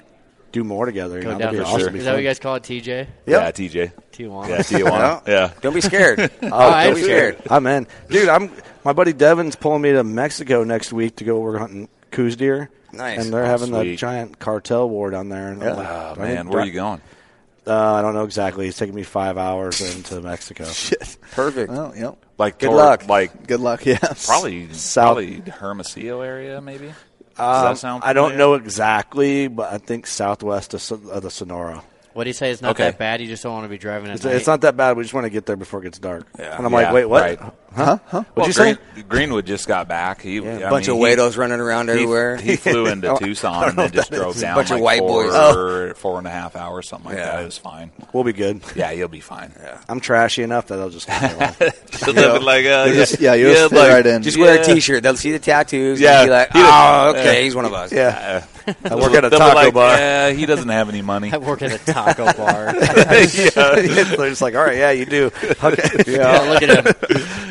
S12: do more together. You
S10: Go
S12: know,
S10: down
S12: that'd be
S10: to-
S12: awesome. It'd be
S10: Is that what
S12: fun.
S10: you guys call it, TJ?
S11: yeah, TJ,
S10: Tijuana.
S11: yeah, Tijuana,
S12: Yeah.
S11: yeah.
S8: Don't be scared.
S12: oh,
S8: Oh, I
S12: don't
S8: am
S12: be
S8: scared.
S12: scared. I'm in, dude. I'm my buddy Devin's pulling me to Mexico next week to go. We're hunting coos deer.
S11: Nice.
S12: And they're
S11: Oh,
S12: having the
S11: sweet.
S12: giant cartel war down there. And I'm like,
S11: Oh,
S12: I need-
S11: man, where are you going?
S12: Uh, I don't know exactly. It's taking me five hours into Mexico. Shit.
S8: Perfect.
S9: Well, yep.
S11: Like
S12: Good
S11: toward-
S12: luck.
S11: Like
S9: Good luck, yeah.
S11: Probably
S12: South-
S11: probably Hermosillo area, maybe. Does
S12: Um,
S11: that sound?
S12: I don't
S11: familiar?
S12: know exactly, but I think southwest of, Son- of the Sonora.
S10: What do you say? It's not
S12: Okay.
S10: that bad. You just don't want to be driving at
S12: It's,
S10: night.
S12: it's not that bad. We just want to get there before it gets dark. And I'm like,
S11: Yeah,
S12: wait, what?
S11: right.
S12: Huh? What'd
S11: Well,
S12: you say?
S11: Green- Greenwood just got back. He, I
S8: Bunch
S11: mean,
S8: of
S11: he-
S8: weirdos running around
S11: he-
S8: everywhere.
S11: He flew into Tucson and then just drove down
S8: Bunch
S11: like
S8: of white
S11: four,
S8: boys.
S12: Oh.
S11: four and a half hours, something like
S8: Yeah.
S11: that. It was fine.
S12: We'll be good.
S11: Yeah, you'll be fine. Yeah.
S12: I'm trashy enough that I'll just.
S11: You're living like uh, a-
S12: You're just- yeah,
S11: you're
S12: you'll fit right in.
S8: Just wear a
S12: Yeah.
S8: T-shirt. They'll see the tattoos.
S11: Yeah.
S8: Yeah. Be like,
S11: He
S8: oh,
S11: doesn't-
S8: okay,
S11: yeah.
S8: he's one of us.
S12: Yeah. I
S11: They'll
S12: work
S11: be-
S12: at a
S11: they'll be
S12: taco
S11: like,
S12: bar.
S11: Yeah, he doesn't have any money.
S10: I work at a taco bar.
S12: They're just like, all right, yeah, you do. Okay.
S10: Yeah, look at him.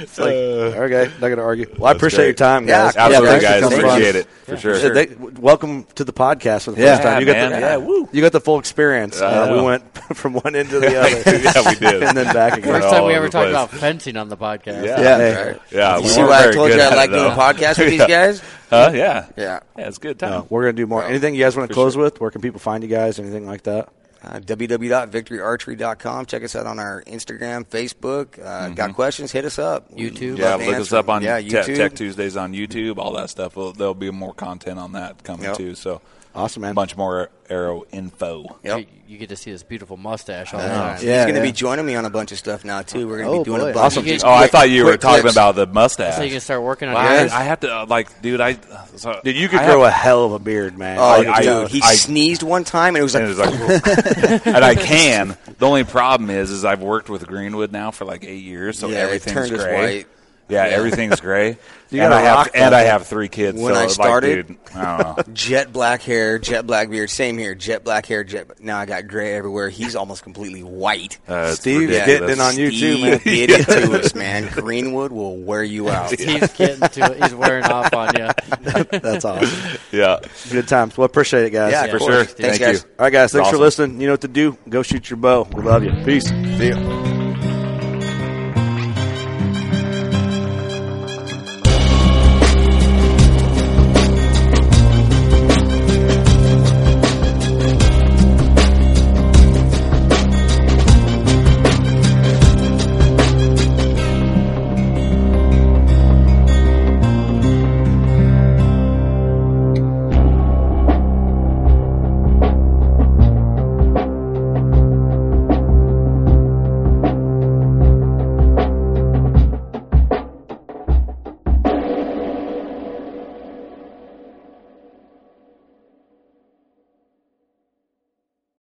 S12: It's like, okay, not going to argue. Well, I
S11: That's
S12: appreciate your
S11: great.
S12: time,
S11: Yeah,
S12: guys.
S11: absolutely,
S12: thanks for
S11: guys.
S12: coming
S11: Appreciate
S12: on.
S11: it, for sure. Sure.
S12: They- welcome to the podcast for the
S11: Yeah,
S12: first time. You got,
S11: man.
S12: the,
S11: Yeah, woo.
S12: you got the full experience.
S11: I
S12: Uh, we
S11: know.
S12: went from one end to the other.
S11: Yeah, we did.
S12: and then back again.
S11: We're
S10: First
S11: all
S10: time we
S11: over
S10: ever
S11: the
S10: talked
S11: place.
S10: about fencing on the podcast.
S11: Yeah.
S12: Yeah.
S11: Right. Yeah,
S8: You
S11: we
S8: see
S11: weren't
S8: why I
S11: very
S8: told
S11: good
S8: you I
S11: at it,
S8: like doing a
S11: though.
S8: podcast with these
S11: Yeah.
S8: guys?
S11: Huh? Yeah.
S8: Yeah.
S11: Yeah, it's a good time.
S12: No, uh, we're going to do more. Anything you guys want to close with? Where can people find you guys? Anything like that?
S8: Uh, www.victoryarchery.com. Check us out on our Instagram, Facebook. Uh, Got questions? Hit us up. We
S10: YouTube.
S11: Yeah,
S8: love to
S11: look us
S8: answer
S11: up
S8: them.
S11: on
S8: yeah,
S11: Te-
S8: YouTube.
S11: Tech Tuesdays on YouTube, all that stuff. Well, there'll be more content on that coming
S8: Yep.
S11: too. So
S12: awesome, man!
S11: Bunch more arrow info.
S8: Yep.
S10: You, you get to see this beautiful mustache all the
S8: Uh,
S10: time.
S8: he's going to be joining me on a bunch of stuff now too. We're going to
S9: Oh,
S8: be doing
S9: boy.
S8: a bunch.
S9: Awesome.
S8: Of just
S11: oh, I
S8: quick-
S11: thought you were
S8: quick
S11: talking
S8: clips.
S11: about the mustache.
S10: So you can start working on
S11: Well, I,
S10: yours.
S11: I have to uh, like, dude. I so,
S12: Dude, you could
S11: I
S12: grow
S11: have-
S12: a hell of a beard, man.
S8: Oh,
S12: I
S8: dude,
S12: could tell.
S11: I-
S8: he
S11: I-
S8: sneezed one time and it was like,
S11: and, it's like, and I can. The only problem is, is I've worked with Greenwood now for like eight years, so
S8: Yeah, it
S11: everything's
S8: turned us
S11: gray.
S8: white.
S11: Yeah,
S8: Yeah.
S11: everything's gray.
S12: You
S11: and
S12: gotta
S11: I have
S12: rock
S11: and
S12: that.
S11: I have three kids.
S8: when
S11: so
S8: I
S11: like,
S8: started,
S11: dude, I don't know.
S8: jet black hair, jet black beard. Same here, jet black hair. Jet. Now I got gray everywhere. He's almost completely white.
S11: Uh, it's
S12: Steve's
S11: ridiculous.
S12: getting in on you too, man.
S8: Steve did it to us, man. Greenwood will wear you out.
S10: He's getting to it. He's wearing off on you.
S12: That's awesome.
S11: Yeah,
S12: Good times. Well, appreciate it, guys.
S8: Yeah,
S11: for
S8: of
S11: sure.
S8: course. Thanks,
S11: Thank
S8: guys.
S11: you.
S12: All right, guys.
S11: It's
S12: Thanks
S11: awesome.
S12: for listening. You know what to do. Go shoot your bow. We love you. Peace.
S9: See ya.